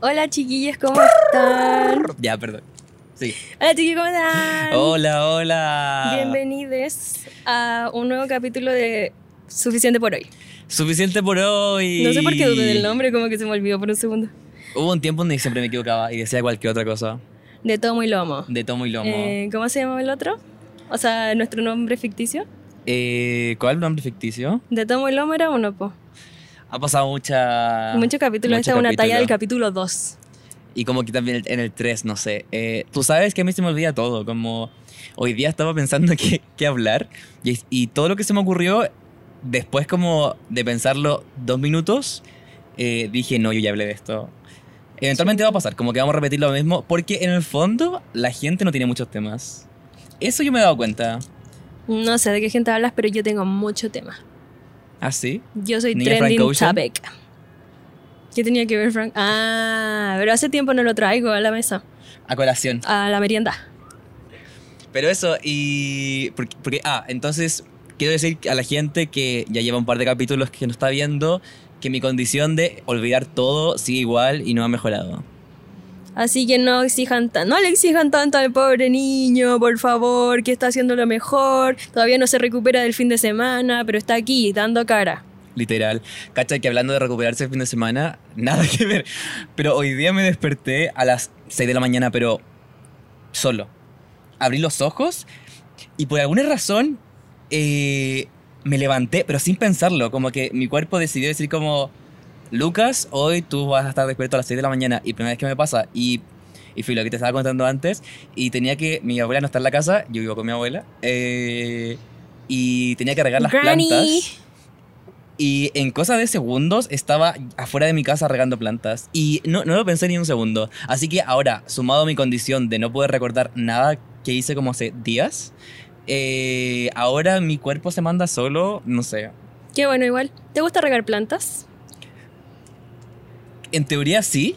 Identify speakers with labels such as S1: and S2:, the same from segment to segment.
S1: Hola chiquillas, ¿cómo están?
S2: Ya, perdón. Sí.
S1: Hola chiquillas, ¿cómo están?
S2: Hola, hola.
S1: Bienvenidos a un nuevo capítulo de Suficiente por hoy.
S2: Suficiente por hoy.
S1: No sé por qué dudé del nombre, como que se me olvidó por un segundo.
S2: Hubo un tiempo donde siempre me equivocaba y decía cualquier otra cosa.
S1: De Tomo y Lomo.
S2: De tomo y lomo. Eh,
S1: Eh, ¿Cómo se llama el otro? O sea, nuestro nombre ficticio.
S2: Eh, ¿Cuál nombre ficticio?
S1: De Tomo y Lomo era uno, po.
S2: Ha pasado mucha.
S1: Muchos capítulos.
S2: mucho
S1: Esta es una talla del
S2: capítulo.
S1: capítulo 2.
S2: Y como que también en el 3, no sé. Eh, Tú sabes que a mí se me olvida todo. Como hoy día estaba pensando qué, qué hablar. Y, y todo lo que se me ocurrió, después como de pensarlo dos minutos, eh, dije, no, yo ya hablé de esto. Eventualmente va a pasar, como que vamos a repetir lo mismo. Porque en el fondo, la gente no tiene muchos temas. Eso yo me he dado cuenta.
S1: No sé de qué gente hablas, pero yo tengo mucho tema.
S2: ¿Ah, sí?
S1: Yo soy
S2: Niña Frank
S1: trending
S2: Ocean.
S1: topic. ¿Qué tenía que ver Frank? Ah, pero hace tiempo no lo traigo a la mesa,
S2: A colación.
S1: a la merienda.
S2: Pero eso, y. Porque, porque- ah, entonces quiero decir a la gente que ya lleva un par de capítulos que nos está viendo que mi condición de olvidar todo sigue igual y no ha mejorado.
S1: Así que no exijan tan, no le exijan tanto al pobre niño, por favor, que está haciendo lo mejor. Todavía no se recupera del fin de semana, pero está aquí dando cara.
S2: Literal. Cacha, que hablando de recuperarse el fin de semana, nada que ver. Pero hoy día me desperté a las 6 de la mañana, pero solo. Abrí los ojos y por alguna razón eh, me levanté, pero sin pensarlo. Como que mi cuerpo decidió decir como, Lucas, hoy tú vas a estar despierto a las 6 de la mañana. Y primera vez que me pasa. Y, y fui lo que te estaba contando antes. Y tenía que, mi abuela no está en la casa, yo vivo con mi abuela. eh, y tenía que regar las
S1: Granny.
S2: plantas. Y en cosa de segundos estaba afuera de mi casa regando plantas. Y no, no lo pensé ni un segundo. Así que ahora, sumado a mi condición de no poder recordar nada que hice como hace días, eh, ahora mi cuerpo se manda solo, no sé.
S1: Qué bueno igual. ¿Te gusta regar plantas?
S2: En teoría sí.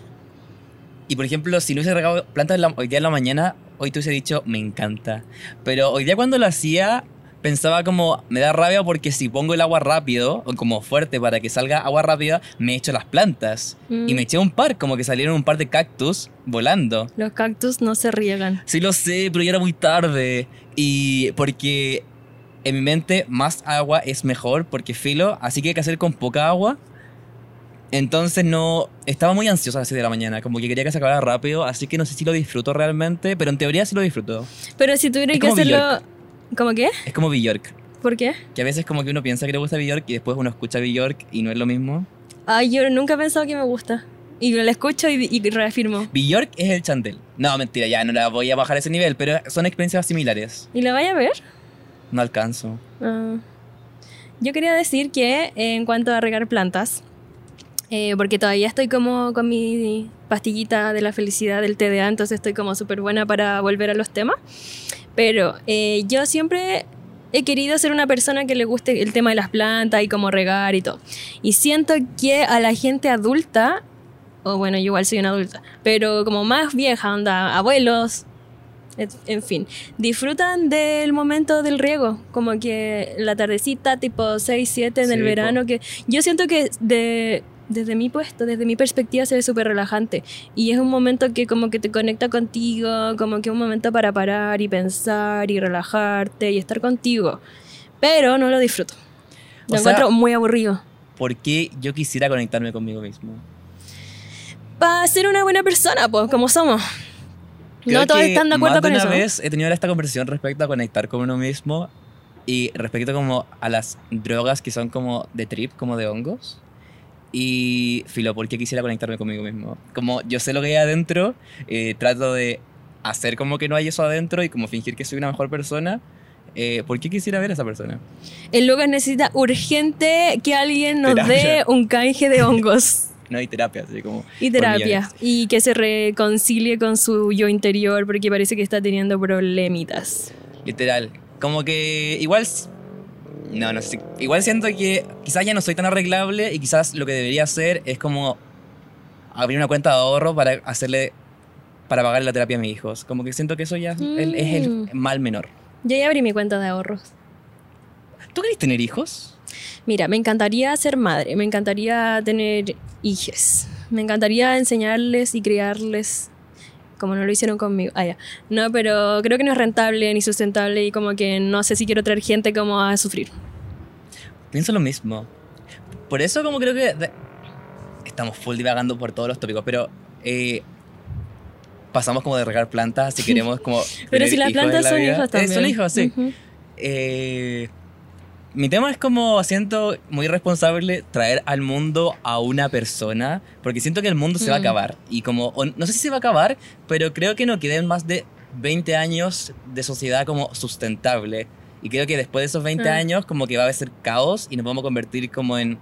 S2: Y por ejemplo, si no hubiese regado plantas en la- hoy día en la mañana, hoy te hubiese dicho, me encanta. Pero hoy día cuando lo hacía, pensaba como, me da rabia porque si pongo el agua rápido, o como fuerte para que salga agua rápida, me echo las plantas.
S1: Mm.
S2: Y me eché un par, como que salieron un par de cactus volando.
S1: Los cactus no se riegan.
S2: Sí lo sé, pero ya era muy tarde. Y porque en mi mente más agua es mejor, porque filo, así que hay que hacer con poca agua. Entonces no, estaba muy ansiosa a las 6 de la mañana, como que quería que se acabara rápido, así que no sé si lo disfruto realmente, pero en teoría sí lo disfruto.
S1: Pero si tuviera
S2: Es
S1: que
S2: como
S1: hacerlo... ¿Cómo qué?
S2: Es como Bjork,
S1: ¿Por qué?
S2: que a veces como que uno piensa que le gusta Bjork y después uno escucha Bjork y no es lo mismo.
S1: Ay, yo nunca he pensado que me gusta. Y lo escucho y, y reafirmo.
S2: Bjork es el chantel. No, mentira, ya no la voy a bajar a ese nivel, pero son experiencias similares.
S1: ¿Y la vaya a ver?
S2: No alcanzo.
S1: Ah. Yo quería decir que eh, en cuanto a regar plantas, eh, porque todavía estoy como con mi pastillita de la felicidad del TDA, entonces estoy como súper buena para volver a los temas, pero eh, yo siempre he querido ser una persona que le guste el tema de las plantas y cómo regar y todo. Y siento que a la gente adulta, o bueno, yo igual soy una adulta, pero como más vieja, onda, abuelos, et- en fin, disfrutan del momento del riego, como que la tardecita, tipo 6, 7 en
S2: Sí,
S1: el
S2: po.
S1: verano, que yo siento que de- desde mi puesto, desde mi perspectiva, se ve súper relajante. Y es un momento que como que te conecta contigo, como que un momento para parar y pensar y relajarte y estar contigo. Pero no lo disfruto. Lo
S2: O sea-
S1: encuentro muy aburrido.
S2: Porque yo quisiera conectarme conmigo mismo.
S1: Para ser una buena persona, pues, como somos.
S2: Creo
S1: no todos
S2: que
S1: están de acuerdo
S2: más
S1: con
S2: una
S1: eso.
S2: vez he tenido esta conversación respecto a conectar con uno mismo y respecto como a las drogas que son como de trip, como de hongos. Y filo, ¿por qué quisiera conectarme conmigo mismo? Como yo sé lo que hay adentro, eh, trato de hacer como que no hay eso adentro y como fingir que soy una mejor persona. eh, ¿Por qué quisiera ver a esa persona?
S1: El Lucas necesita urgente que alguien nos dé
S2: Terapia.
S1: un canje de hongos
S2: No hay terapia, así como...
S1: y
S2: por
S1: terapia.
S2: millones.
S1: Y que se reconcilie con su yo interior porque parece que está teniendo problemitas.
S2: Literal. Como que igual. s- No, no sé. Igual siento que quizás ya no soy tan arreglable y quizás lo que debería hacer es como abrir una cuenta de ahorro para hacerle. para pagar la terapia a mis hijos. Como que siento que eso ya es el- es
S1: Mm.
S2: el mal menor.
S1: Yo ya abrí mi cuenta de ahorros.
S2: ¿Tú querés tener hijos?
S1: Mira, me encantaría ser madre, me encantaría tener hijos. Me encantaría enseñarles y criarles como no lo hicieron conmigo. Ah, ya. No, pero creo que no es rentable ni sustentable y como que no sé si quiero traer gente como a sufrir.
S2: Pienso lo mismo. Por eso como creo que... de- Estamos full divagando por todos los tópicos, pero... eh, pasamos como de regar plantas si queremos como...
S1: Pero
S2: tener
S1: si las
S2: hijos en
S1: plantas
S2: la
S1: son
S2: vida.
S1: hijos
S2: Eh,
S1: también.
S2: son hijos, sí.
S1: Ujú.
S2: Eh, mi tema es como siento muy responsable traer al mundo a una persona, porque siento que el mundo se va a
S1: Mm.
S2: acabar. Y como, o no sé si se va a acabar, pero creo que no queden más de 20 años de sociedad como sustentable. Y creo que después de esos 20
S1: Ah.
S2: años como que va a ser caos y nos vamos a convertir como en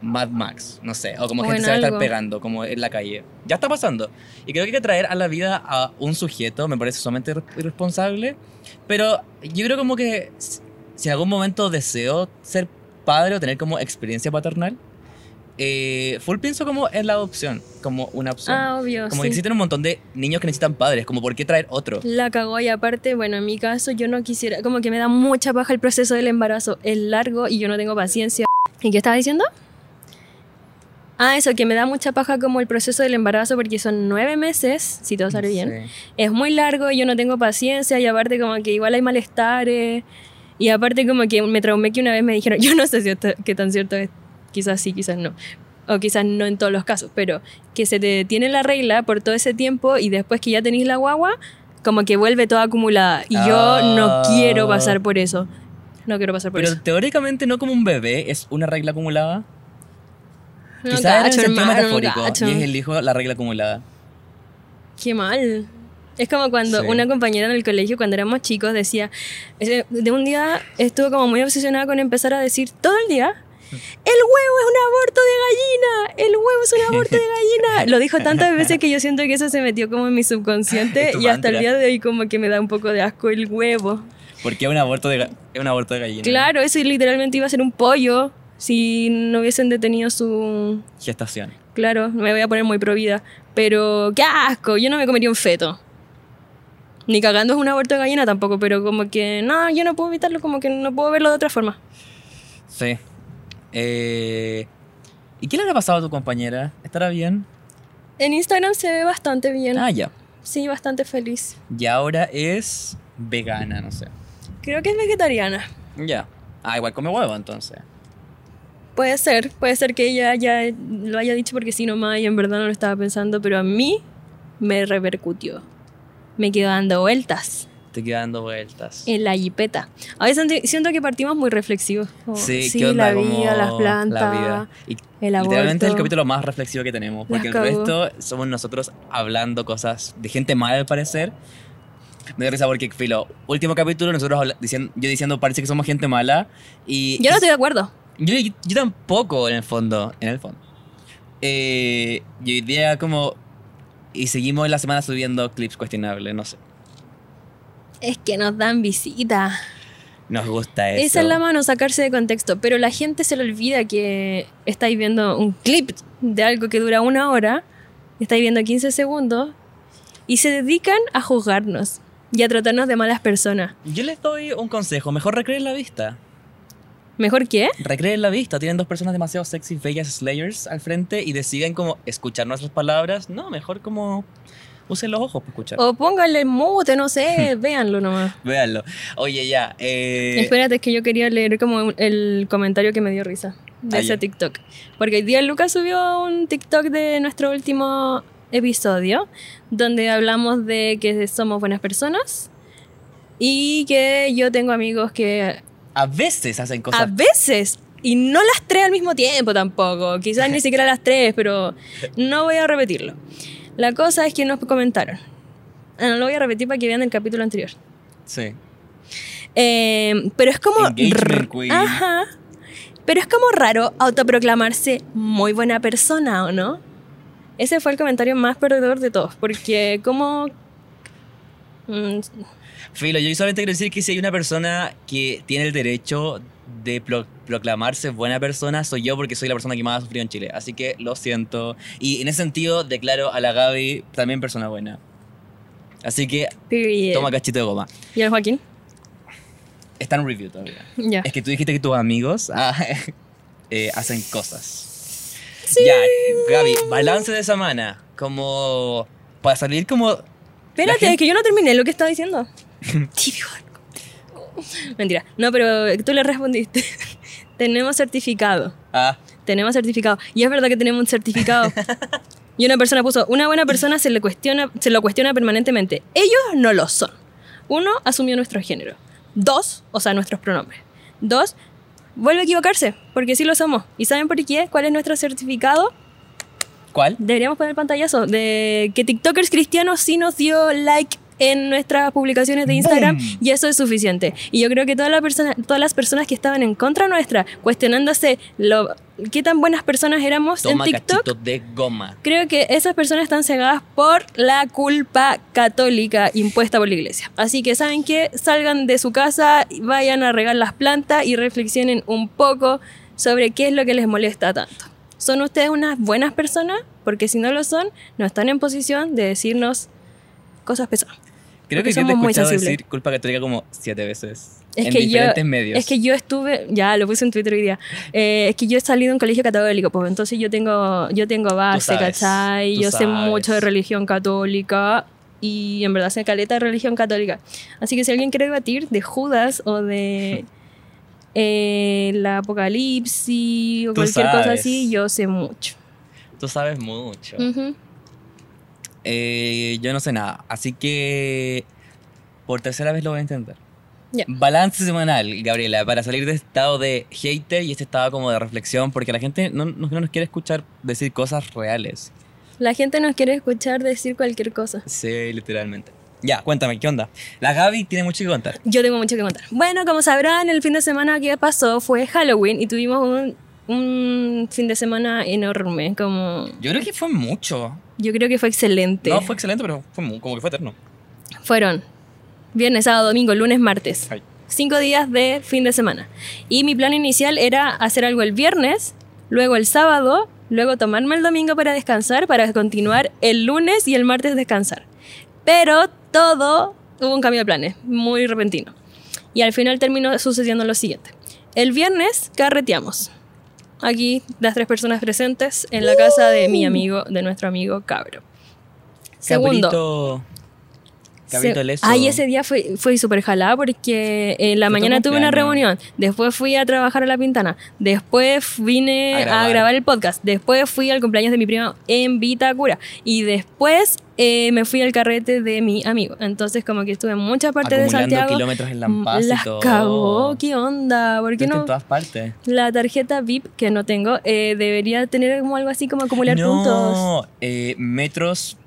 S2: Mad Max, no sé, o como
S1: O
S2: gente
S1: en
S2: se va a estar
S1: algo.
S2: pegando como en la calle. Ya está pasando. Y creo que hay que traer a la vida a un sujeto, me parece sumamente irre- irresponsable, pero yo creo como que s- si en algún momento deseo ser padre o tener como experiencia paternal, eh, full pienso como en la adopción, como una opción.
S1: Ah, obvio.
S2: como
S1: sí.
S2: que existen un montón de niños que necesitan padres, como por qué traer otro.
S1: La cagó y aparte, bueno, en mi caso yo no quisiera, como que me da mucha paja el proceso del embarazo, es largo y yo no tengo paciencia. ¿Y qué estaba diciendo? Ah, eso, que me da mucha paja como el proceso del embarazo porque son nueve meses, si todo sale bien.
S2: Sí.
S1: Es muy largo y yo no tengo paciencia y aparte como que igual hay malestares y aparte como que me traumé que una vez me dijeron, yo no sé si esto- qué tan cierto es, quizás sí, quizás no. O quizás no en todos los casos, pero que se te detiene la regla por todo ese tiempo y después que ya tenéis la guagua, como que vuelve toda acumulada. Y yo no
S2: Ah.
S1: quiero pasar por eso. No quiero pasar por
S2: Pero
S1: eso.
S2: teóricamente no como un bebé, es una regla acumulada.
S1: No
S2: Quizás era en
S1: cacho,
S2: sentido
S1: hermano, no
S2: metafórico
S1: cacho.
S2: y es el hijo la regla acumulada.
S1: Qué mal. Es como cuando
S2: Sí.
S1: una compañera en el colegio, cuando éramos chicos, decía, ese- de un día estuvo como muy obsesionada con empezar a decir todo el día, el huevo es un aborto de gallina, el huevo es un aborto de gallina. Lo dijo tantas veces que yo siento que eso se metió como en mi subconsciente
S2: Es tu
S1: y hasta el
S2: mantra.
S1: día de hoy como que me da un poco de asco el huevo.
S2: Porque es un aborto de, ga- es un aborto de gallina.
S1: Claro, eso literalmente iba a ser un pollo si no hubiesen detenido su...
S2: Gestación.
S1: Claro, me voy a poner muy provida. Pero qué asco, yo no me comería un feto. Ni cagando es un aborto de gallina tampoco, pero como que no, yo no puedo evitarlo, como que no puedo verlo de otra forma.
S2: Sí. Eh, ¿Y qué le habrá pasado a tu compañera? ¿Estará bien?
S1: En Instagram se ve bastante bien.
S2: Ah, ya.
S1: Sí, bastante feliz.
S2: Y ahora es vegana, no sé.
S1: Creo que es vegetariana.
S2: Ya. Ah, igual come huevo entonces.
S1: Puede ser, puede ser que ella ya lo haya dicho porque sí nomás y en verdad no lo estaba pensando, pero a mí me repercutió. Me quedo dando vueltas
S2: Te queda dando vueltas.
S1: en la jipeta. A veces siento- siento que partimos muy reflexivos. Como,
S2: ¿qué onda?
S1: la vida,
S2: Como
S1: las plantas.
S2: La vida. Y
S1: El
S2: literalmente es el
S1: aborto.
S2: capítulo más reflexivo que tenemos, porque el
S1: cagó.
S2: resto somos nosotros hablando cosas de gente mala al parecer. Me da risa porque, filo, último capítulo, nosotros habla- dicien- yo diciendo parece que somos gente mala. Y
S1: Yo no estoy de acuerdo.
S2: Yo, yo tampoco, en el fondo. En el fondo. Eh, y hoy día como... Y seguimos la semana subiendo clips cuestionables, no sé.
S1: Es que nos dan visita.
S2: Nos gusta eso.
S1: Esa es la mano, sacarse de contexto. Pero la gente se le olvida que estáis viendo un clip de algo que dura una hora, estáis viendo 15 segundos, y se dedican a juzgarnos y a tratarnos de malas personas.
S2: Yo les doy un consejo. Mejor recreen la vista.
S1: ¿Mejor que?
S2: Recreen la vista. Tienen dos personas demasiado sexy, bellas slayers al frente y deciden como escuchar nuestras palabras. No, mejor como... Usen los ojos para escuchar.
S1: O pónganle mute, no sé, véanlo nomás.
S2: Véanlo. Oye, ya. eh,
S1: Espérate, es que yo quería leer como un- el comentario que me dio risa de
S2: Ah,
S1: ese
S2: ya.
S1: TikTok. Porque hoy día Lucas subió un TikTok de nuestro último episodio, donde hablamos de que somos buenas personas y que yo tengo amigos que
S2: a veces hacen cosas...
S1: a veces, y no las tres al mismo tiempo tampoco, quizás ni siquiera las tres, pero no voy a repetirlo. La cosa es que nos comentaron. Ah, No lo voy a repetir para que vean el capítulo anterior.
S2: sí.
S1: Eh, pero es como.
S2: Engagement queen.
S1: Ajá. Pero es como raro autoproclamarse muy buena persona, ¿o no? Ese fue el comentario más perdedor de todos, porque como. Mm,
S2: Filo, yo solamente quiero decir que si hay una persona que tiene el derecho de pro- proclamarse buena persona, soy yo porque soy la persona que más ha sufrido en Chile. Así que lo siento. Y en ese sentido, declaro a la Gaby también persona buena. Así que
S1: period.
S2: toma cachito de goma.
S1: ¿Y el Joaquín?
S2: Está en review todavía.
S1: Ya.
S2: Es que tú dijiste que tus amigos ah, eh, hacen cosas.
S1: Sí.
S2: Ya, Gaby, balance de semana. Como. Para salir como.
S1: Espérate,
S2: gente-
S1: es que yo no terminé lo que estaba diciendo. Tibio. Mentira. No, pero tú le respondiste. tenemos certificado.
S2: Ah,
S1: Tenemos certificado. Y es verdad que tenemos un certificado. y una persona puso, una buena persona se le cuestiona, se lo cuestiona permanentemente. Ellos no lo son. Uno, asumió nuestro género. Dos, o sea, nuestros pronombres. Dos, vuelve a equivocarse, porque sí lo somos. ¿Y saben por qué? ¿Cuál es nuestro certificado?
S2: ¿cuál?
S1: Deberíamos poner pantallazo de que TikTokers cristianos sí nos dio like en nuestras publicaciones de Instagram
S2: ¡Boom!
S1: y eso es suficiente. Y yo creo que toda la persona, todas las personas que estaban en contra nuestra, cuestionándose lo, qué tan buenas personas éramos
S2: Toma
S1: en TikTok,
S2: cachito de goma.
S1: creo que esas personas están cegadas por la culpa católica impuesta por la iglesia. Así que saben que salgan de su casa, vayan a regar las plantas y reflexionen un poco sobre qué es lo que les molesta tanto. ¿Son ustedes unas buenas personas? Porque si no lo son, no están en posición de decirnos cosas pesadas.
S2: Creo
S1: Porque
S2: que yo te he
S1: somos muy
S2: escuchado
S1: sensibles.
S2: decir culpa católica como siete veces.
S1: Es
S2: en
S1: que yo-
S2: diferentes medios.
S1: Es que yo estuve, ya lo puse en Twitter hoy día, eh, es que yo he salido de un colegio católico, pues entonces yo tengo, yo tengo base,
S2: sabes,
S1: ¿cachai?
S2: tú
S1: Yo sé
S2: sabes.
S1: mucho de religión católica y en verdad sé caleta de religión católica. Así que si alguien quiere debatir de Judas o de eh, la Apocalipsis o
S2: Tú
S1: cualquier cosa
S2: sabes.
S1: así, yo sé mucho.
S2: Tú sabes mucho.
S1: Ujú.
S2: Eh, yo no sé nada. Así que por tercera vez lo voy a intentar.
S1: Ya.
S2: Balance semanal, Gabriela, para salir de este estado de hater y este estado como de reflexión, porque la gente no, no- no nos quiere escuchar decir cosas reales.
S1: La gente nos quiere escuchar decir cualquier cosa.
S2: Sí, literalmente. Ya, cuéntame, ¿qué onda? La Gaby tiene mucho que contar.
S1: Yo tengo mucho que contar. Bueno, como sabrán, el fin de semana que pasó fue Halloween y tuvimos un, un fin de semana enorme. Como
S2: Yo creo que fue mucho.
S1: yo creo que fue excelente.
S2: No, fue excelente, pero fue mu- como que fue eterno.
S1: Fueron viernes, sábado, domingo, lunes, martes.
S2: Ay.
S1: Cinco días de fin de semana. Y mi plan inicial era hacer algo el viernes, luego el sábado, luego tomarme el domingo para descansar, para continuar el lunes y el martes descansar. Pero todo hubo un cambio de planes, muy repentino. Y al final terminó sucediendo lo siguiente. El viernes carreteamos. Aquí las tres personas presentes en la casa de mi amigo, de nuestro amigo Cabro. Segundo.
S2: Cabrito. Cabrito
S1: Se-
S2: leso.
S1: Ay, ese día fue, fue súper jalada porque en la
S2: Fue tu
S1: mañana tuve una
S2: cumpleaños.
S1: reunión, después fui a trabajar a la pintana, después vine
S2: A
S1: a
S2: grabar.
S1: grabar, el podcast, después fui al cumpleaños de mi prima en Vitacura y después eh, me fui al carrete de mi amigo. Entonces como que estuve en muchas partes de
S2: Acumulando
S1: Santiago.
S2: kilómetros en
S1: Mm,
S2: Lampas y
S1: Las
S2: todo.
S1: cagó, ¿qué onda? ¿Por qué
S2: Estuviste
S1: no?
S2: en todas partes.
S1: La tarjeta VIP que no tengo eh, debería tener como algo así como acumular
S2: no,
S1: puntos.
S2: eh, metros,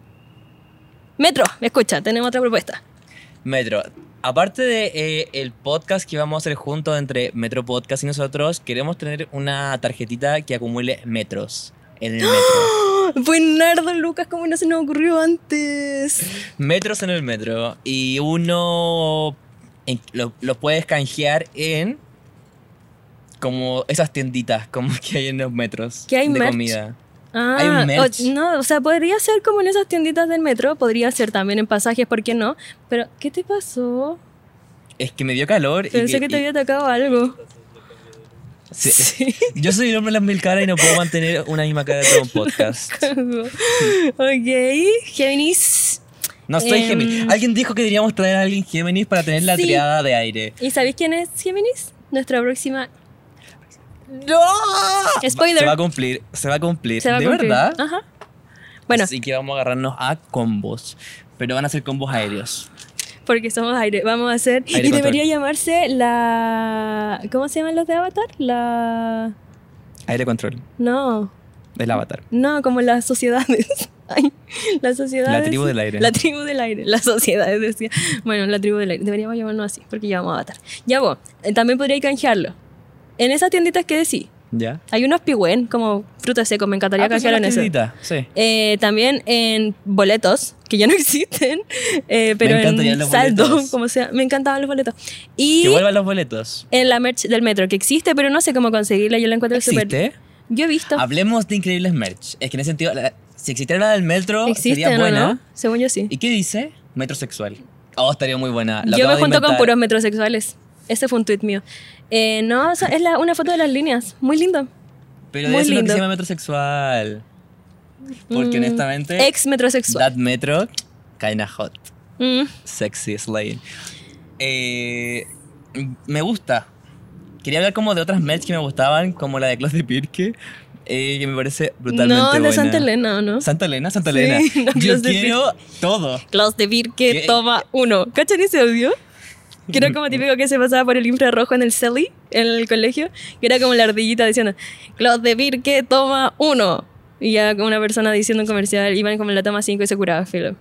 S1: Metro, escucha, tenemos otra propuesta.
S2: metro. Aparte de eh, el podcast que vamos a hacer juntos entre Metro Podcast y nosotros, queremos tener una tarjetita que acumule metros en el metro.
S1: Buenardo, Lucas, ¿cómo no se nos ocurrió antes?
S2: metros en el metro. Y uno en- lo, lo puedes canjear en como esas tienditas como que hay en los metros
S1: ¿Que hay
S2: de
S1: merch?
S2: comida.
S1: Ah,
S2: Hay un merch.
S1: o- no, o sea, podría ser como en esas tienditas del metro, podría ser también en pasajes, ¿por qué no? Pero, ¿qué te pasó?
S2: Es que me dio calor. y
S1: Pensé que,
S2: y-
S1: te había atacado algo.
S2: sí. Yo soy el hombre de las mil caras y no puedo mantener una misma cara todo un podcast.
S1: ok, Géminis.
S2: No soy
S1: Em,
S2: Géminis. Alguien dijo que deberíamos traer a alguien Géminis para tener la
S1: Sí.
S2: triada de aire.
S1: ¿Y sabéis quién es Géminis? Nuestra próxima.
S2: ¡No!
S1: Spoiler.
S2: Se Ah, va a cumplir, se va a cumplir.
S1: se va a
S2: ¿De
S1: cumplir.
S2: verdad?
S1: Ajá. Bueno,
S2: Así que vamos a agarrarnos a combos. Pero van a ser combos aéreos.
S1: porque somos aire. Vamos a hacer.
S2: Aire
S1: y
S2: control.
S1: debería llamarse la. ¿Cómo se llaman los de Avatar? La.
S2: Aire control.
S1: No.
S2: Del avatar.
S1: No, como las sociedades. Ay, las sociedades.
S2: La tribu del aire.
S1: La tribu del aire, las sociedades, decía. Bueno, la tribu del aire. Deberíamos llamarnos así, porque ya vamos a avatar. Ya vos, eh, también podría canjearlo. En esas tienditas que decís,
S2: ¿Ya?
S1: hay unos pigüen, como frutos secos, me encantaría
S2: Ah, pues
S1: canjearlo
S2: son
S1: en
S2: las
S1: eso.
S2: tienditas, Sí.
S1: Eh, también en boletos, que ya no existen, eh, pero
S2: encantarían
S1: en
S2: los
S1: saldo,
S2: boletos.
S1: como sea. Me encantaban los boletos. Y
S2: Que vuelvan los boletos.
S1: en la merch del metro, que existe, pero no sé cómo conseguirla. Yo la encuentro súper.
S2: ¿Existe?
S1: Yo he visto.
S2: Hablemos de increíbles merch. Es que en ese sentido, la- si existiera la del metro,
S1: Existe,
S2: sería
S1: ¿no,
S2: buena.
S1: no? Según yo sí.
S2: ¿Y qué dice? Metrosexual. Oh, estaría muy buena. Lo
S1: Yo
S2: acabo
S1: me
S2: de
S1: junto con
S2: inventar.
S1: puros Este metrosexuales. Ese fue un tuit mío. Eh, no, o sea, es la- una foto de las líneas. Muy lindo.
S2: Pero
S1: Muy
S2: eso es lo que
S1: lindo.
S2: se llama metrosexual. Porque
S1: Mm,
S2: honestamente,
S1: Ex metrosexual.
S2: that metro, kinda hot.
S1: Mm,
S2: Sexy Slay. Eh, me gusta. Quería hablar como de otras merch que me gustaban, como la de Claude de Pirque, eh, que me parece brutalmente
S1: no, de
S2: buena.
S1: Santa Elena, ¿o ¿no?
S2: Santa Elena, Santa
S1: Sí,
S2: Elena.
S1: no,
S2: Yo
S1: Claus de
S2: quiero todo.
S1: Klaus de Birke
S2: ¿Qué?
S1: toma uno. ¿Cachan ese audio? Que era como típico que se pasaba por el infrarrojo en el CELI, en el colegio, que era como la ardillita diciendo, Klaus de Birke toma uno. Y ya como una persona diciendo un comercial, iban como en la toma 5 y se curaba filo.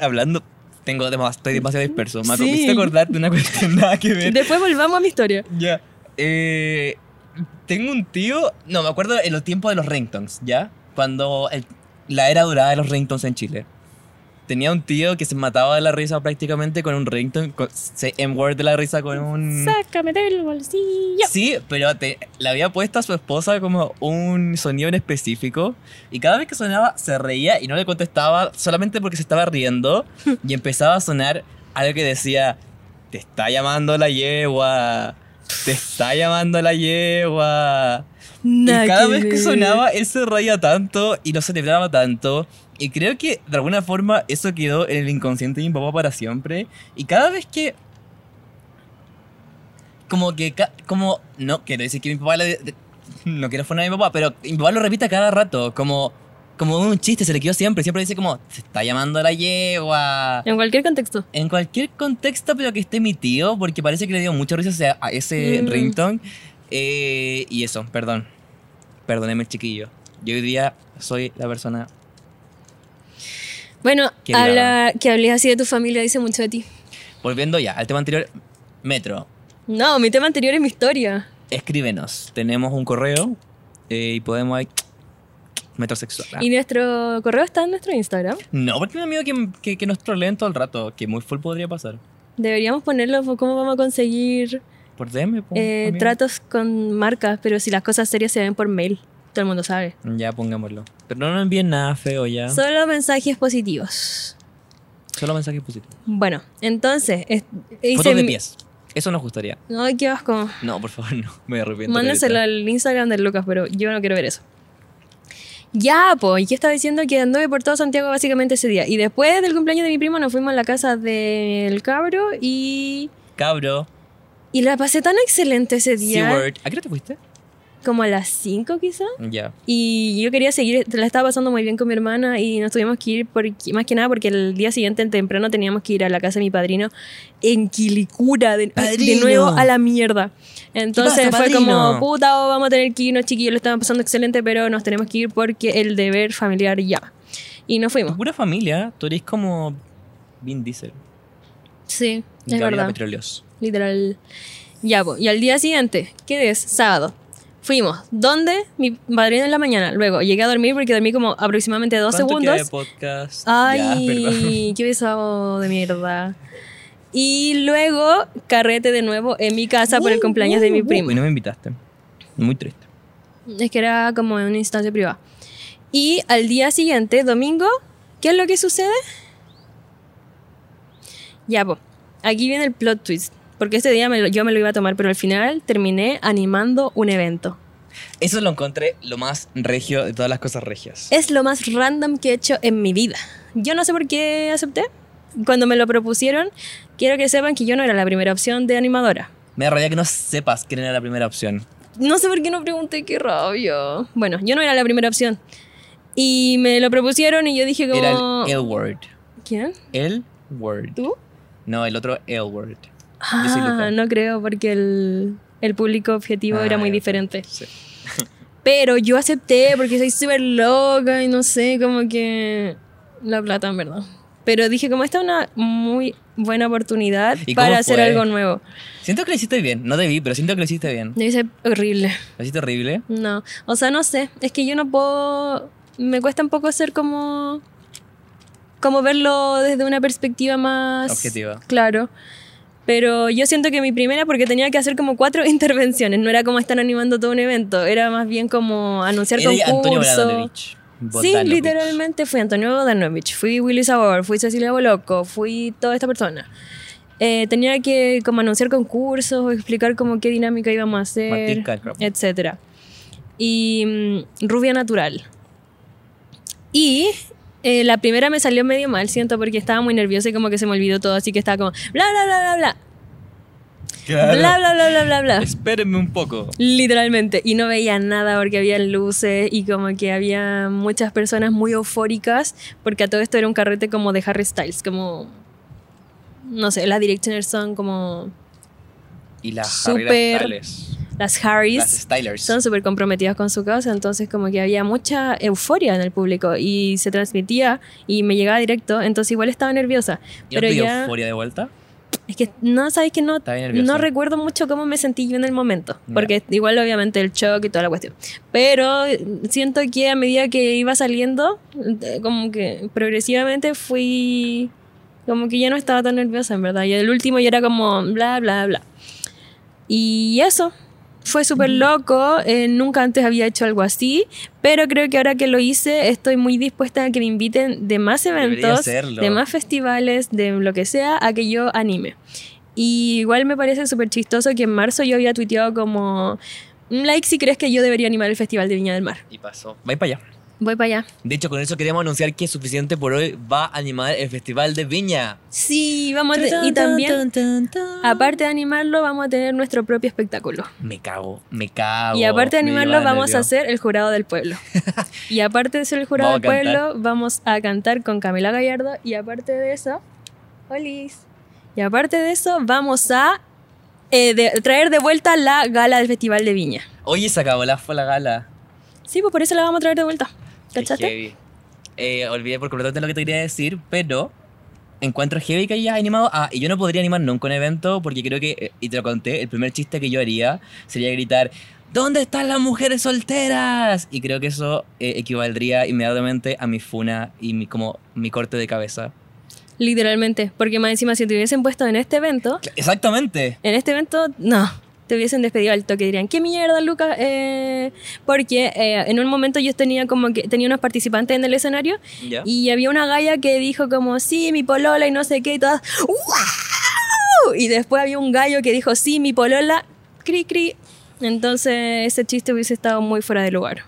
S2: Hablando, tengo demas- estoy demasiado disperso.
S1: Sí.
S2: Me propusiste acordar de una cuestión nada que ver.
S1: Después volvamos a mi historia.
S2: Ya. Eh, tengo un tío. No, me acuerdo en los tiempos de los ringtones, ¿ya? Cuando el- la era dorada de los ringtones en Chile. Tenía un tío que se mataba de la risa prácticamente con un ringtone. con- se M-word de la risa con un.
S1: Sácame del bolsillo.
S2: Sí, pero te, le había puesto a su esposa como un sonido en específico y cada vez que sonaba se reía y no le contestaba solamente porque se estaba riendo y empezaba a sonar algo que decía, te está llamando la yegua, te está llamando la yegua.
S1: Nada
S2: y cada
S1: que
S2: vez que
S1: ver.
S2: sonaba él se reía tanto y lo celebraba tanto y creo que de alguna forma eso quedó en el inconsciente de mi papá para siempre y cada vez que como que ca- como no quiero decir que mi papá le, de- no quiero funar a mi papá pero mi papá lo repite a cada rato como como un chiste se le quedó siempre siempre dice como se está llamando la yegua
S1: En cualquier contexto.
S2: en cualquier contexto pero que esté mi tío porque parece que le dio mucha risa ese- a ese
S1: Mm.
S2: ringtone Eh, y eso perdón perdóneme chiquillo yo hoy día soy la persona
S1: Bueno,
S2: Qué
S1: habla, que hables así de tu familia dice mucho de ti.
S2: volviendo ya al tema anterior metro
S1: No, mi tema anterior es mi historia.
S2: escríbenos tenemos un correo eh, y podemos ahí metrosexual Ah.
S1: Y nuestro correo está en nuestro Instagram.
S2: No, porque me da miedo que, que, que nos troleen todo el rato, que muy full podría pasar.
S1: Deberíamos ponerlo po- cómo vamos a conseguir
S2: Por DM, po,
S1: eh,
S2: amigo.
S1: tratos con marcas, pero si las cosas serias se ven por mail, todo el mundo sabe.
S2: Ya, pongámoslo. Pero no nos envíen nada feo ya.
S1: Solo mensajes positivos.
S2: Solo mensajes positivos.
S1: Bueno, entonces... es- hice
S2: Fotos de
S1: mi-
S2: pies. Eso nos gustaría.
S1: Ay, qué asco.
S2: No, por favor, no. Me arrepiento.
S1: Mándenselo
S2: caleta.
S1: al Instagram de Lucas, pero yo no quiero ver eso. Ya, pues, yo estaba diciendo que anduve por todo Santiago básicamente ese día. Y después del cumpleaños de mi primo nos fuimos a la casa del cabro y...
S2: Cabro.
S1: Y la pasé tan excelente ese día.
S2: Seward. ¿A qué hora te fuiste?
S1: Como a las 5 quizá.
S2: Ya.
S1: Y yo quería seguir, la estaba pasando muy bien con mi hermana y nos tuvimos que ir, porque, más que nada porque el día siguiente en temprano teníamos que ir a la casa de mi padrino en Quilicura, de, de
S2: Padrino.
S1: nuevo a la mierda. Entonces
S2: pasa,
S1: fue
S2: padrino?
S1: como, puta, oh, vamos a tener que irnos, chiquillos, lo estaban pasando excelente, pero nos tenemos que ir porque el deber familiar ya. Y nos
S2: Tu
S1: fuimos.
S2: pura familia, tú eres como Vin Diesel.
S1: Sí,
S2: y
S1: es
S2: Gabriela
S1: verdad.
S2: Petróleos.
S1: Literal. Ya, po. y al día siguiente, ¿qué es? Sábado. Fuimos. ¿Dónde? Mi padrino en la mañana. Luego llegué a dormir porque dormí como aproximadamente dos
S2: ¿Cuánto queda de
S1: segundos.
S2: podcast? Ya, perdón.
S1: Ay, qué besado de mierda. Y luego carrete de nuevo en mi casa
S2: Uh,
S1: por el cumpleaños de mi primo.
S2: Y no me invitaste. Muy triste.
S1: Es que era como en una instancia privada. Y al día siguiente, domingo, ¿qué es lo que sucede? Ya, po. Aquí viene el plot twist. Porque este día me lo- yo me lo iba a tomar, pero al final terminé animando un evento.
S2: Eso lo encontré lo más regio de todas las cosas regias.
S1: Es lo más random que he hecho en mi vida. Yo no sé por qué acepté. Cuando me lo propusieron, quiero que sepan que yo no era la primera opción de animadora.
S2: Me da rabia que no sepas quién era la primera opción.
S1: No sé por qué no pregunté, qué rabia. Bueno, yo no era la primera opción. Y me lo propusieron y yo dije como...
S2: Era el L word.
S1: ¿Quién?
S2: El word.
S1: ¿Tú?
S2: No, el otro L word. Yo soy
S1: Ah,
S2: Luca.
S1: no creo porque el, el público objetivo
S2: Ah,
S1: era muy
S2: ya,
S1: diferente.
S2: Sí.
S1: Pero yo acepté porque soy súper loca y no sé, como que la plata en verdad. Pero dije, como esta es una muy buena oportunidad
S2: ¿Y cómo
S1: para hacer
S2: fue?
S1: algo nuevo.
S2: Siento que lo hiciste bien. No debí, pero siento que lo hiciste bien.
S1: Yo hice horrible.
S2: Lo hiciste horrible.
S1: No, o sea, no sé, es que yo no puedo, me cuesta un poco ser como, como verlo desde una perspectiva más...
S2: Objetiva.
S1: Claro, pero yo siento que mi primera, porque tenía que hacer como cuatro intervenciones, no era como estar animando todo un evento, era más bien como anunciar
S2: Era Antonio
S1: concursos.
S2: Bogdanovich.
S1: Sí,
S2: Bogdanovich.
S1: literalmente fui Antonio Bodanovich, fui Willy Sabor, fui Cecilia Boloco, fui toda esta persona. Eh, tenía que como anunciar concursos, explicar como qué dinámica íbamos a hacer
S2: Martín Calcrop.
S1: etcétera. y mm, rubia natural. Y eh, la primera me salió medio mal, siento, porque estaba muy nerviosa y como que se me olvidó todo, así que estaba como bla, bla, bla, bla, bla, bla, bla, bla, bla, bla, bla.
S2: Espérenme un poco.
S1: Literalmente. Y no veía nada porque había luces y como que había muchas personas muy eufóricas porque a todo esto era un carrete como de Harry Styles, como... No sé, las Directioners son como...
S2: Y las
S1: Súper-
S2: Harrier Styles.
S1: Las Harrys.
S2: Las Stylers.
S1: son súper comprometidas con su causa, entonces como que había mucha euforia en el público y se transmitía y me llegaba directo, entonces igual estaba nerviosa.
S2: ¿Y no
S1: Pero
S2: te dio
S1: ya,
S2: euforia de vuelta?
S1: es que no, sabes que no,
S2: Estaba bien nerviosa.
S1: no recuerdo mucho cómo me sentí yo en el momento,
S2: Ya.
S1: porque igual obviamente el shock y toda la cuestión, pero siento que a medida que iba saliendo, eh, como que progresivamente fui, como que ya no estaba tan nerviosa en verdad, y el último ya era como bla, bla, bla. Y eso. Fue súper loco, eh, nunca antes había hecho algo así, pero creo que ahora que lo hice estoy muy dispuesta a que me inviten de más eventos,
S2: hacerlo.
S1: de más festivales, de lo que sea, a que yo anime. Y igual me parece súper chistoso que en marzo yo había tuiteado como, "Un like si crees que yo debería animar el Festival de Viña del Mar.
S2: Y pasó. Va para allá.
S1: Voy para allá.
S2: De hecho, con eso queremos anunciar que Suficiente por hoy va a animar el Festival de Viña.
S1: Sí, vamos a te- Y también, aparte de animarlo, vamos a tener nuestro propio espectáculo.
S2: Me cago, me cago.
S1: Y aparte de
S2: Me
S1: animarlo,
S2: lleva
S1: vamos a
S2: nervio.
S1: ser el jurado del pueblo. y aparte de ser el jurado
S2: Vamos
S1: del
S2: a cantar.
S1: pueblo, vamos a cantar con Camila Gallardo. Y aparte de eso, Olis. Y aparte de eso, vamos a eh, de- traer de vuelta la gala del Festival de Viña.
S2: Oye, se acabó la, fue la gala.
S1: Sí, pues por eso la vamos a traer de vuelta.
S2: Qué
S1: ¿Cachaste?
S2: heavy. Eh, olvidé por completo lo que te quería decir, pero encuentro heavy que hayas animado. Ah, y yo no podría animar nunca un evento porque creo que, eh, y te lo conté, el primer chiste que yo haría sería gritar: ¿Dónde están las mujeres solteras? Y creo que eso eh, equivaldría inmediatamente a mi funa y mi, como, mi corte de cabeza.
S1: Literalmente. Porque más encima, si te hubiesen puesto en este evento,
S2: Exactamente.
S1: en este evento, no. Te hubiesen despedido al toque, dirían, ¿qué mierda, Lucas? Eh, porque eh, en un momento yo tenía como que tenía unos participantes en el escenario
S2: Ya.
S1: Y había una galla que dijo como, sí, mi polola y no sé qué, y todas, "¡Guau!". Y después había un gallo que dijo, sí, mi polola, cri, cri. Entonces ese chiste hubiese estado muy fuera de lugar.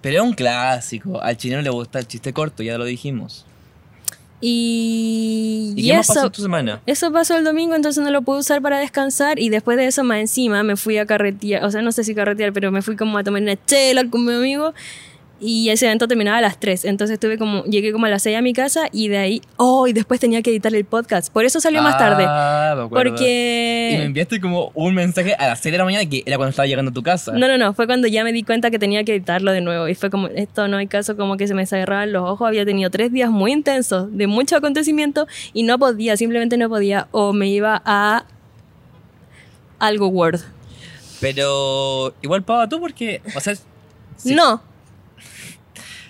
S2: Pero es un clásico. Al chileno le gusta el chiste corto, ya lo dijimos.
S1: Y,
S2: ¿Y,
S1: y
S2: qué más pasó
S1: eso,
S2: en tu semana?
S1: eso pasó el domingo, entonces no lo pude usar para descansar. Y después de eso, más encima, me fui a carretear, o sea, no sé si carretear, pero me fui como a tomar una chela con mi amigo. Y ese evento terminaba a las 3, entonces estuve como, llegué como a las 6 a mi casa y de ahí, oh, y después tenía que editar el podcast. Por eso salió más tarde.
S2: Ah, me acuerdo. Y me
S1: Porque.
S2: enviaste como un mensaje a las 6 de la mañana que era cuando estaba llegando a tu casa.
S1: No, no, no, fue cuando ya me di cuenta que tenía que editarlo de nuevo y fue como, esto no hay caso, como que se me cerraban los ojos, había tenido tres días muy intensos de mucho acontecimiento y no podía, simplemente no podía o me iba a algo Word.
S2: Pero igual paga tú porque, o sea, Sí.
S1: No,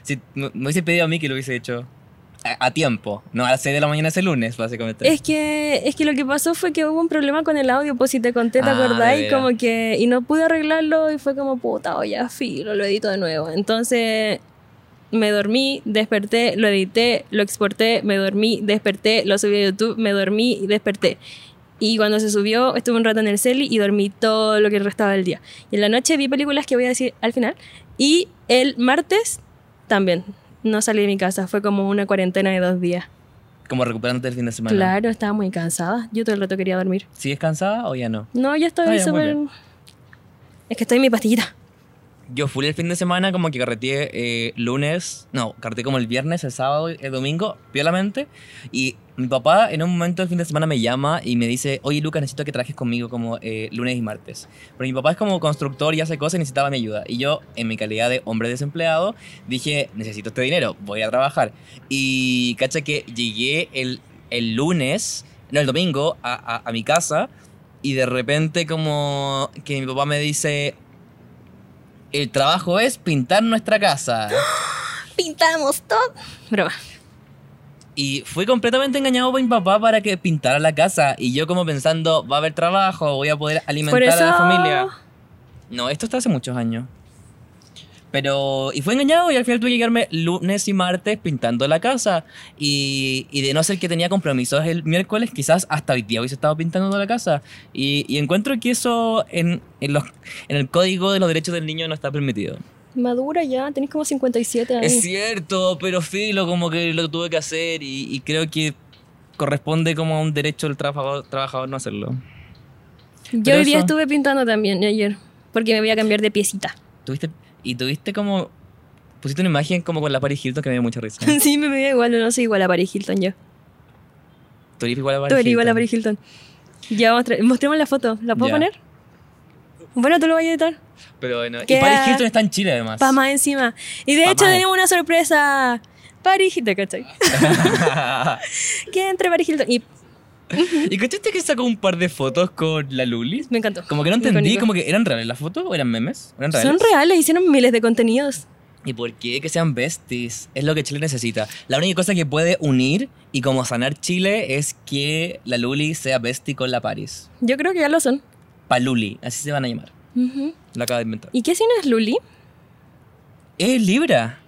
S2: si me me hubiese pedido a mí que lo hubiese hecho a, a tiempo, no a las 6 de la mañana ese lunes, básicamente.
S1: es que, es que lo que pasó fue que hubo un problema con el audio, pues si te conté, ¿te
S2: Ah, de
S1: acordáis?
S2: veras.
S1: Como que, y no pude arreglarlo y fue como, puta, oye, filo, lo edito de nuevo. Entonces, me dormí, desperté, lo edité, lo exporté, me dormí, desperté, lo subí a YouTube, me dormí y desperté. Y cuando se subió, estuve un rato en el celi y dormí todo lo que restaba del día. Y en la noche vi películas que voy a decir al final. Y el martes también. No salí de mi casa, fue como una cuarentena de dos días.
S2: Como recuperándote el fin de semana.
S1: Claro, estaba muy cansada. Yo todo el rato quería dormir.
S2: ¿Sigues cansada o ya no?
S1: No, ya
S2: Ah,
S1: estoy
S2: ya, muy
S1: súper.
S2: bien.
S1: Es que estoy en mi pastillita.
S2: Yo fui el fin de semana como que carreteé eh, lunes, no, carreteé como el viernes, el sábado, el domingo, piolamente. Y mi papá en un momento del fin de semana me llama y me dice, oye Lucas, necesito que trabajes conmigo como eh, lunes y martes. Pero mi papá es como constructor y hace cosas y necesitaba mi ayuda. Y yo, en mi calidad de hombre desempleado, dije, necesito este dinero, voy a trabajar. Y cacha que llegué el, el lunes, no, el domingo, a, a- a mi casa y de repente como que mi papá me dice, el trabajo es pintar nuestra casa.
S1: Pintamos todo. Broma.
S2: Y fui completamente engañado por mi papá para que pintara la casa. Y yo como pensando, va a haber trabajo, voy a poder alimentar
S1: Por eso.
S2: a la familia. No, esto está hace muchos años. Pero, y fue engañado y al final tuve que quedarme lunes y martes pintando la casa. Y, y de no ser que tenía compromisos el miércoles, quizás hasta hoy día hubiese estado pintando toda la casa. Y, y encuentro que eso en, en, los, en el código de los derechos del niño no está permitido.
S1: Madura ya, tenés como 57 años.
S2: Es cierto, pero filo, como que lo tuve que hacer y, y creo que corresponde como a un derecho del trabajador, trabajador no hacerlo.
S1: Yo
S2: pero
S1: hoy día
S2: eso-
S1: estuve pintando también ayer, porque me voy a cambiar de piecita.
S2: Tuviste, y tuviste como. Pusiste una imagen como con la Paris Hilton que me dio mucha risa.
S1: sí, me veía igual, no soy igual a Paris Hilton yo.
S2: Tú eres igual a Paris
S1: Tú eres igual a
S2: Hilton.
S1: Paris Hilton. Ya vamos a tra- mostremos la foto, ¿la puedo
S2: Ya.
S1: poner? Bueno, tú lo vas a editar.
S2: Pero bueno, y
S1: Queda-
S2: Paris Hilton está en Chile además.
S1: Pa' más encima. Y de
S2: Pa'
S1: hecho
S2: más.
S1: tenemos una sorpresa. Paris Hilton, ¿cachai? que entre Paris Hilton y
S2: ¿Y cachaste que sacó un par de fotos con la Luli?
S1: me encantó.
S2: Como que no entendí,
S1: Icónico.
S2: como que eran reales las fotos o eran memes. ¿Eran reales?
S1: Son reales, hicieron miles de contenidos.
S2: ¿Y por qué que sean besties? Es lo que Chile necesita. La única cosa que puede unir y como sanar Chile es que la Luli sea bestie con la Paris.
S1: Yo creo que ya lo son.
S2: Paluli, así se van a llamar.
S1: Ujú.
S2: Lo acaba de inventar.
S1: ¿Y qué signo es Luli?
S2: Es Libra.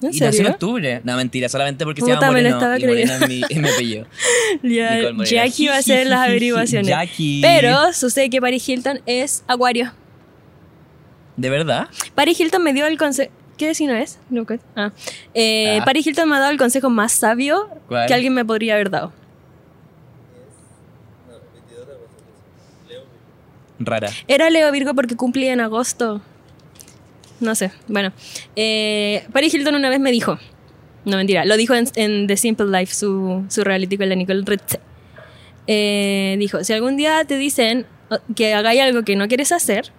S1: ¿En
S2: y nació en
S1: serio?
S2: octubre. No, mentira, solamente porque se
S1: Puta,
S2: llama
S1: me lo
S2: Moreno.
S1: estaba
S2: y Moreno es mi, es mi apellido.
S1: Ya,
S2: Nicole Moreno.
S1: Jackie va a hacer las averiguaciones.
S2: Jackie.
S1: Pero sucede que Paris Hilton es acuario.
S2: ¿De verdad?
S1: Paris Hilton me dio el consejo. ¿Qué signo es? Lucas. Ah. Eh,
S2: Ah.
S1: Paris Hilton me ha dado el consejo más sabio
S2: ¿Cuál?
S1: que alguien me podría haber dado.
S2: Rara.
S1: Era Leo Virgo porque cumplía en agosto. No sé. Bueno, eh, Paris Hilton una vez me dijo. No, mentira. Lo dijo en, en The Simple Life, su, su reality con la Nicole Ritz. Eh, dijo: Si algún día te dicen oh, que hagáis algo que no quieres hacer,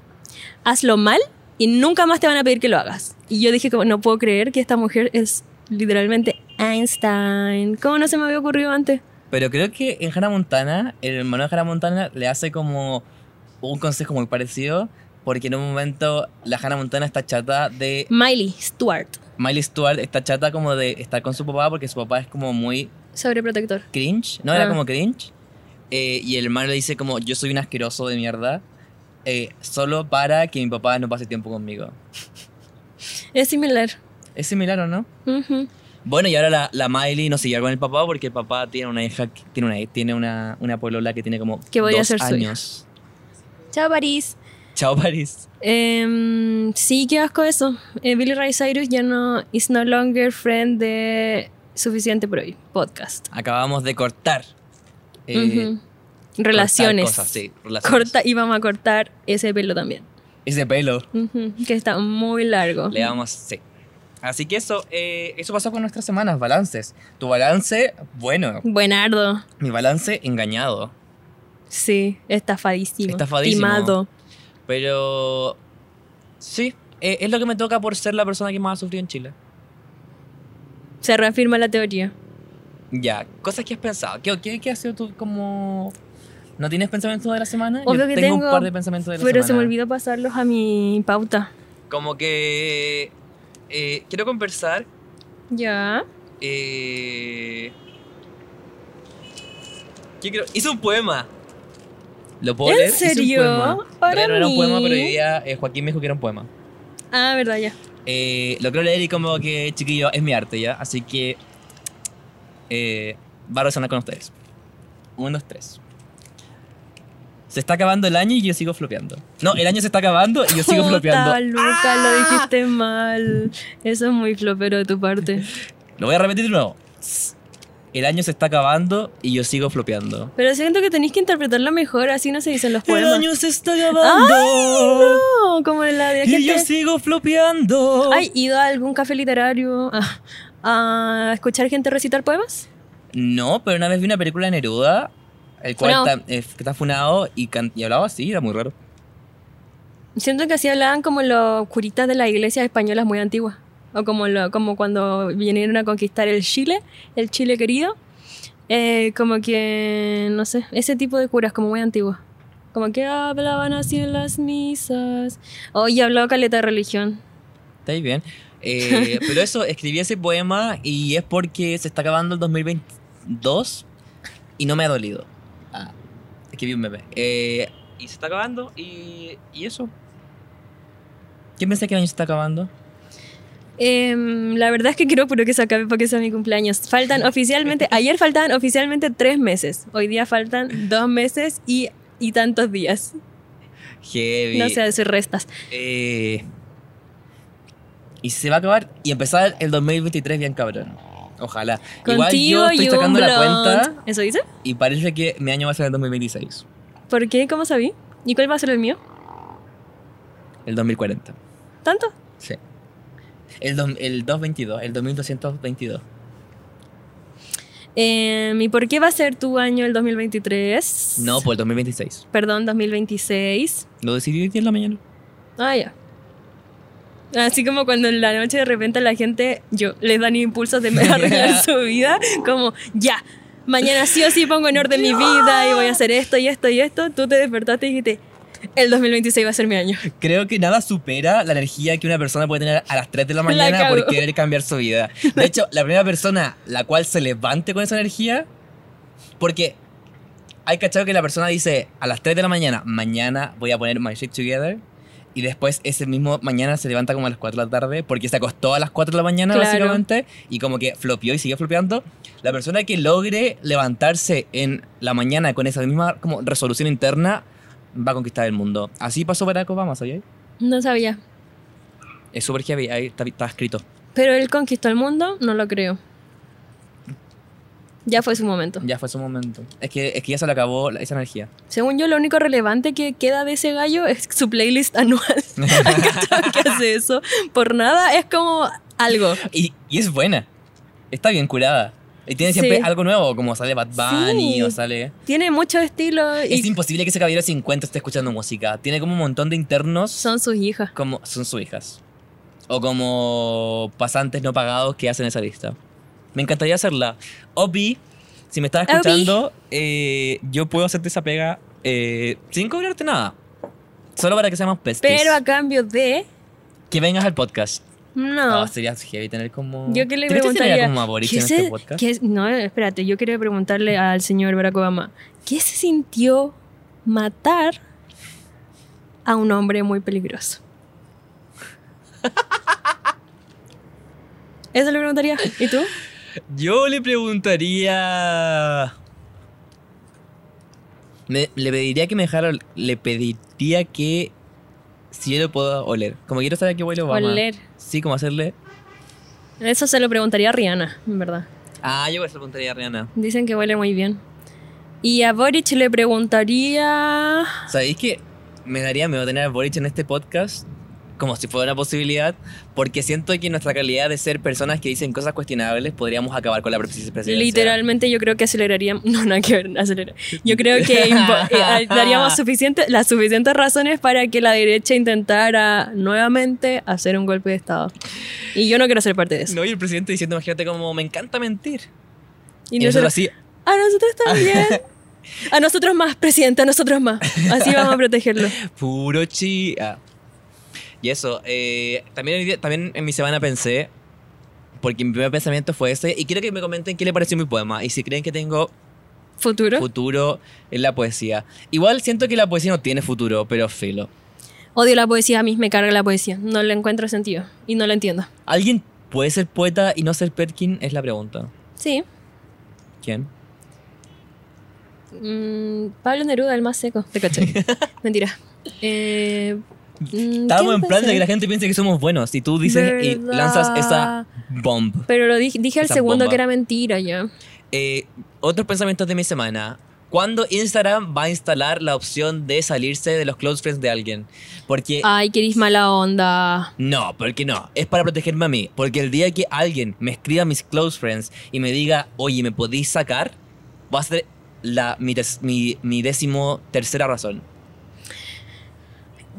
S1: hazlo mal y nunca más te van a pedir que lo hagas. Y yo dije: como, No puedo creer que esta mujer es literalmente Einstein. ¿Cómo no se me había ocurrido antes?
S2: Pero creo que en Hannah Montana, el hermano de Hannah Montana le hace como un consejo muy parecido. Porque en un momento la Hannah Montana está chata de.
S1: Miley Stewart,
S2: Miley Stewart está chata como de estar con su papá porque su papá es como muy
S1: sobreprotector.
S2: cringe. No era
S1: Ah.
S2: como cringe. Eh, y el hermano le dice como yo soy un asqueroso de mierda. eh, solo para que mi papá no pase tiempo conmigo.
S1: Es similar.
S2: Es similar o no?
S1: Ujú.
S2: Bueno, y ahora la, la Miley no se lleva con el papá porque el papá tiene una hija, que- tiene una, tiene una, una polola que tiene como
S1: Que podría
S2: dos
S1: ser su hija.
S2: años.
S1: Chao, París.
S2: Chao, París.
S1: Em, sí, qué asco eso. Eh, Billy Ray Cyrus ya no is no longer friend de Suficiente por hoy podcast.
S2: Acabamos de cortar. eh,
S1: Ujú.
S2: cortar
S1: Relaciones.
S2: cosas, sí, relaciones.
S1: Corta y vamos a cortar ese pelo también.
S2: Ese pelo.
S1: Ujú, Que está muy largo.
S2: Le damos, sí. Así que eso, eh, eso pasó con nuestras semanas, balances. Tu balance, bueno.
S1: Buenardo.
S2: Mi balance, engañado.
S1: Sí, estafadísimo.
S2: Estafadísimo.
S1: Timado.
S2: Pero sí, eh, es lo que me toca por ser la persona que más ha sufrido en Chile.
S1: Se reafirma la teoría.
S2: Ya, cosas que has pensado. ¿Qué, qué, qué ha sido tú como... ¿No tienes pensamientos de la semana?
S1: Obvio
S2: Yo
S1: que
S2: tengo,
S1: tengo,
S2: un par de pensamientos de la
S1: Pero
S2: semana.
S1: se me olvidó pasarlos a mi pauta.
S2: Como que... eh, quiero conversar
S1: Ya.
S2: Eh, ¿qué creo? Hice un poema. ¿Lo puedo
S1: ¿En
S2: leer? Hice un
S1: serio?
S2: poema.
S1: Para
S2: Todavía no era un poema,
S1: mí.
S2: pero hoy día eh, Joaquín me dijo que era un poema.
S1: Ah, verdad, ya.
S2: Eh, lo quiero leer y como que, chiquillo, es mi arte, ¿ya? Así que eh, va a resonar con ustedes. Uno, dos, tres. Se está acabando el año y yo sigo flopeando. No, el año se está acabando y yo sigo
S1: Puta,
S2: flopeando. ¡Ah!
S1: Luca, lo dijiste mal. Eso es muy flopero de tu parte.
S2: Lo voy a repetir de nuevo. El año se está acabando y yo sigo flopeando.
S1: Pero siento que tenéis que interpretarlo mejor, así no se dicen los
S2: El
S1: poemas.
S2: año se está acabando.
S1: No, como la de
S2: Y yo
S1: gente.
S2: sigo flopeando.
S1: ¿Has ido a algún café literario a, a escuchar gente recitar poemas?
S2: No, pero una vez vi una película de Neruda, el cual
S1: Funado.
S2: está, eh, está funado y, can- y hablaba así, era muy raro.
S1: Siento que así hablaban como los curitas de las iglesias españolas muy antiguas. O como, lo- como cuando vinieron a conquistar el Chile, el Chile querido. Eh, como que, no sé, ese tipo de curas como muy antiguos. Como que hablaban así en las misas. Oye, hablaba caleta de religión.
S2: Está ahí bien. Eh, pero eso, escribí ese poema y es porque se está acabando el 2022 y no me ha dolido. Ah, escribí un meme. Eh, y se está acabando y, y eso. ¿Quién pensé que el año se está acabando?
S1: Em, la verdad es que quiero puro que se acabe para que sea mi cumpleaños. Faltan oficialmente, ayer faltaban oficialmente tres meses. Hoy día faltan dos meses y, y tantos días.
S2: Heavy.
S1: No sé decir restas.
S2: Eh, y se va a acabar y empezar el 2023 bien cabrón. Ojalá. Igual yo
S1: Contigo
S2: estoy
S1: y un
S2: sacando la
S1: blond.
S2: cuenta
S1: ¿Eso dice?
S2: y parece que mi año va a ser el 2026.
S1: ¿Por qué? ¿Cómo sabí? ¿Y cuál va a ser el mío?
S2: El 2040.
S1: ¿Tanto?
S2: Sí. El, dos- el 222, el 2222.
S1: Em, ¿Y por qué va a ser tu año el 2023?
S2: No, por el 2026.
S1: Perdón, 2026.
S2: Lo decidí hoy día en la mañana.
S1: Ah, ya. Así como cuando en la noche de repente la gente yo, les dan impulsos de arreglar su vida, como ya, mañana sí o sí pongo en orden mi vida y voy a hacer esto y esto y esto. Tú te despertaste y dijiste, el 2026 va a ser mi año.
S2: Creo que nada supera la energía que una persona puede tener a las 3 de la mañana
S1: cago.
S2: por querer cambiar su vida. De hecho, la primera persona la cual se levante con esa energía, porque hay cachado que la persona dice a las 3 de la mañana, mañana voy a poner my shit together. Y después ese mismo mañana se levanta como a las 4 de la tarde porque se acostó a las 4 de la mañana
S1: Claro.
S2: básicamente y como que flopeó y siguió flopeando. La persona que logre levantarse en la mañana con esa misma como resolución interna va a conquistar el mundo. Así pasó Barack Obama, ¿sabías?
S1: No sabía.
S2: Es súper heavy, ahí está, está escrito.
S1: Pero él conquistó el mundo, no lo creo. Ya fue su momento.
S2: Ya fue su momento. Es que, es que ya se le acabó la- esa energía.
S1: Según yo, lo único relevante que queda de ese gallo es su playlist anual. Hay cachado que hace eso. Por nada, es como algo.
S2: Y, y es buena. Está bien curada. Y tiene siempre
S1: Sí.
S2: algo nuevo, como sale Bad Bunny
S1: Sí.
S2: o sale...
S1: Tiene mucho estilo
S2: Es
S1: y
S2: imposible que ese caballero de 50 esté escuchando música. Tiene como un montón de internos
S1: son sus hijas.
S2: como son sus hijas. O como pasantes no pagados que hacen esa lista. Me encantaría hacerla. Obi, si me estás
S1: Obi.
S2: escuchando, eh, yo puedo hacerte esa pega eh, sin cobrarte nada. Solo para que seamos pestis.
S1: Pero a cambio de...
S2: Que vengas al podcast.
S1: No.
S2: Ah, sería heavy tener como.
S1: yo que le
S2: ¿Te crees sería
S1: preguntaría...
S2: como aborigen
S1: ¿qué
S2: en
S1: se-
S2: este podcast?
S1: qué es- no, espérate, yo quería preguntarle al señor Barack Obama, ¿qué se sintió matar a un hombre muy peligroso? Eso le preguntaría. ¿Y tú?
S2: Yo le preguntaría. Me- le pediría que me dejara. ol- Le pediría que. Si yo lo puedo oler. Como quiero saber a qué huele Obama.
S1: Oler.
S2: Sí, como hacerle.
S1: Eso se lo preguntaría a Rihanna, en verdad.
S2: Ah, yo se lo preguntaría a Rihanna.
S1: Dicen que huele muy bien. Y a Boric le preguntaría...
S2: ¿Sabéis que me daría miedo tener a Boric en este podcast? Como si fuera una posibilidad. Porque siento que nuestra calidad de ser personas que dicen cosas cuestionables podríamos acabar con la presidencia.
S1: Literalmente yo creo que aceleraríamos, no, nada que ver, acelerar. Yo creo que impo- eh, daríamos suficiente, las suficientes razones para que la derecha intentara nuevamente hacer un golpe de Estado. Y yo no quiero ser parte de eso.
S2: No, y el presidente diciendo, imagínate como me encanta mentir.
S1: Y
S2: Y,
S1: nosotros-
S2: nosotros así,
S1: a nosotros también. A nosotros más, presidente, a nosotros más. Así vamos a protegerlo.
S2: Puro chi. ah. Y eso, eh, también, hoy día- también en mi semana pensé, porque mi primer pensamiento fue ese, y quiero que me comenten qué le pareció mi poema, y si creen que tengo
S1: Futuro.
S2: futuro en la poesía. Igual siento que la poesía no tiene futuro, pero filo.
S1: Odio la poesía, a mí me carga la poesía. No le encuentro sentido y no la entiendo.
S2: ¿Alguien puede ser poeta y no ser Perkin? Es la pregunta.
S1: Sí.
S2: ¿Quién?
S1: Mm, Pablo Neruda, el más seco. Te caché. Mentira. Eh, mm,
S2: Estábamos
S1: ¿quién
S2: en plan de
S1: pensé?
S2: que la gente piense que somos buenos, y tú dices y
S1: ¿Verdad?
S2: lanzas esa bomb.
S1: Pero lo dije, dije al
S2: Esa
S1: segundo
S2: bomba.
S1: que era mentira ya.
S2: Eh, otros pensamientos de mi semana. ¿Cuándo Instagram va a instalar la opción de salirse de los close friends de alguien? Porque...
S1: Ay, querís mala onda.
S2: No, porque no. Es para protegerme a mí. Porque el día que alguien me escriba a mis close friends y me diga, oye, ¿me podéis sacar? Va a ser la, mi, des- mi, mi décimo tercera razón.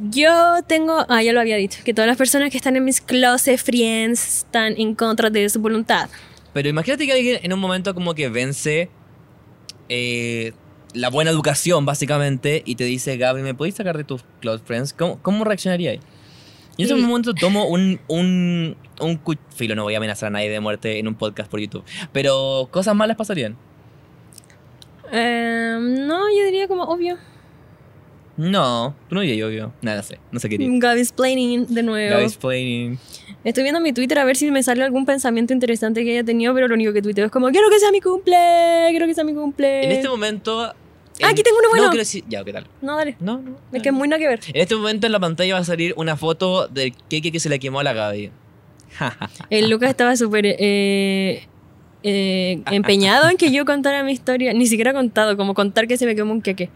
S1: Yo tengo, ah, ya lo había dicho, que todas las personas que están en mis closet friends están en contra de su voluntad.
S2: Pero imagínate que alguien en un momento como que vence eh, la buena educación, básicamente, y te dice, Gaby, ¿me podéis sacar de tus close friends? ¿Cómo, cómo reaccionaría ahí? Yo en
S1: Y-
S2: ese momento tomo un, un, un cu- filo, no voy a amenazar a nadie de muerte en un podcast por YouTube. Pero cosas malas pasarían.
S1: Em, no, yo diría como obvio.
S2: No, tú no dirías obvio. Nada sé, no sé qué diría.
S1: Gaby's Planning de nuevo.
S2: Gaby's Planning.
S1: Estoy viendo mi Twitter a ver si me sale algún pensamiento interesante que haya tenido, pero lo único que tuiteo es como, quiero que sea mi cumple, quiero que sea mi cumple.
S2: En este momento. en-
S1: Eh. Ah, aquí tengo uno bueno.
S2: No quiero decir. Ya, ¿qué tal?
S1: No, dale.
S2: No, no.
S1: Es que es muy nada que ver.
S2: En este momento en la pantalla va a salir una foto del queque que se le quemó a la Gaby.
S1: El Lucas estaba súper eh, eh, empeñado en que yo contara mi historia. Ni siquiera contado, como contar que se me quemó un queque.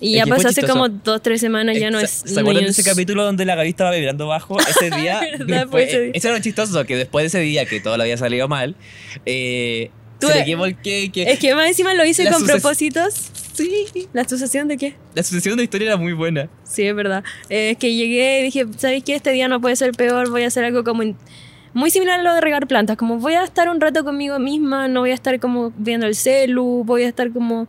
S1: Y
S2: Es
S1: ya
S2: que fue
S1: pasó hace
S2: chistoso.
S1: como dos, tres semanas, ya no
S2: ¿Se-
S1: es...
S2: ¿Se
S1: ni
S2: acuerdan de ese
S1: un-
S2: capítulo donde la Gaby estaba vibrando bajo ese día?
S1: ¿Verdad?
S2: después-
S1: Fue ese día.
S2: Eso era lo chistoso, que después de ese día que todo lo había salido mal, eh,
S1: Tú-
S2: se le quemó el queque.
S1: Es que más encima lo hice
S2: La
S1: con
S2: suces-
S1: propósitos. Sí. ¿La sucesión de qué?
S2: La sucesión de historia era muy buena.
S1: Sí, es verdad. Eh, es que llegué y dije, ¿sabéis qué? Este día no puede ser peor, voy a hacer algo como... in- Muy similar a lo de regar plantas, como voy a estar un rato conmigo misma, no voy a estar como viendo el celu, voy a estar como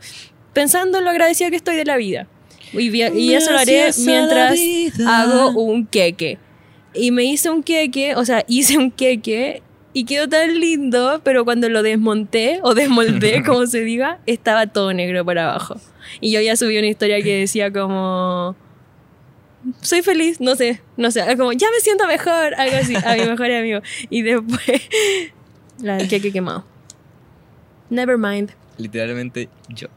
S1: pensando en lo agradecida que estoy de la vida. Y, vi- y eso lo haré
S2: Gracias a la
S1: mientras
S2: vida.
S1: hago un queque. Y me hice un queque, o sea, hice un queque y quedó tan lindo, pero cuando lo desmonté o desmoldé, como se diga, estaba todo negro para abajo. Y yo ya subí una historia que decía como... Soy feliz, no sé, no sé, como ya me siento mejor, algo así, a mi mejor amigo. Y después, la del queque quemado. Never mind.
S2: Literalmente yo.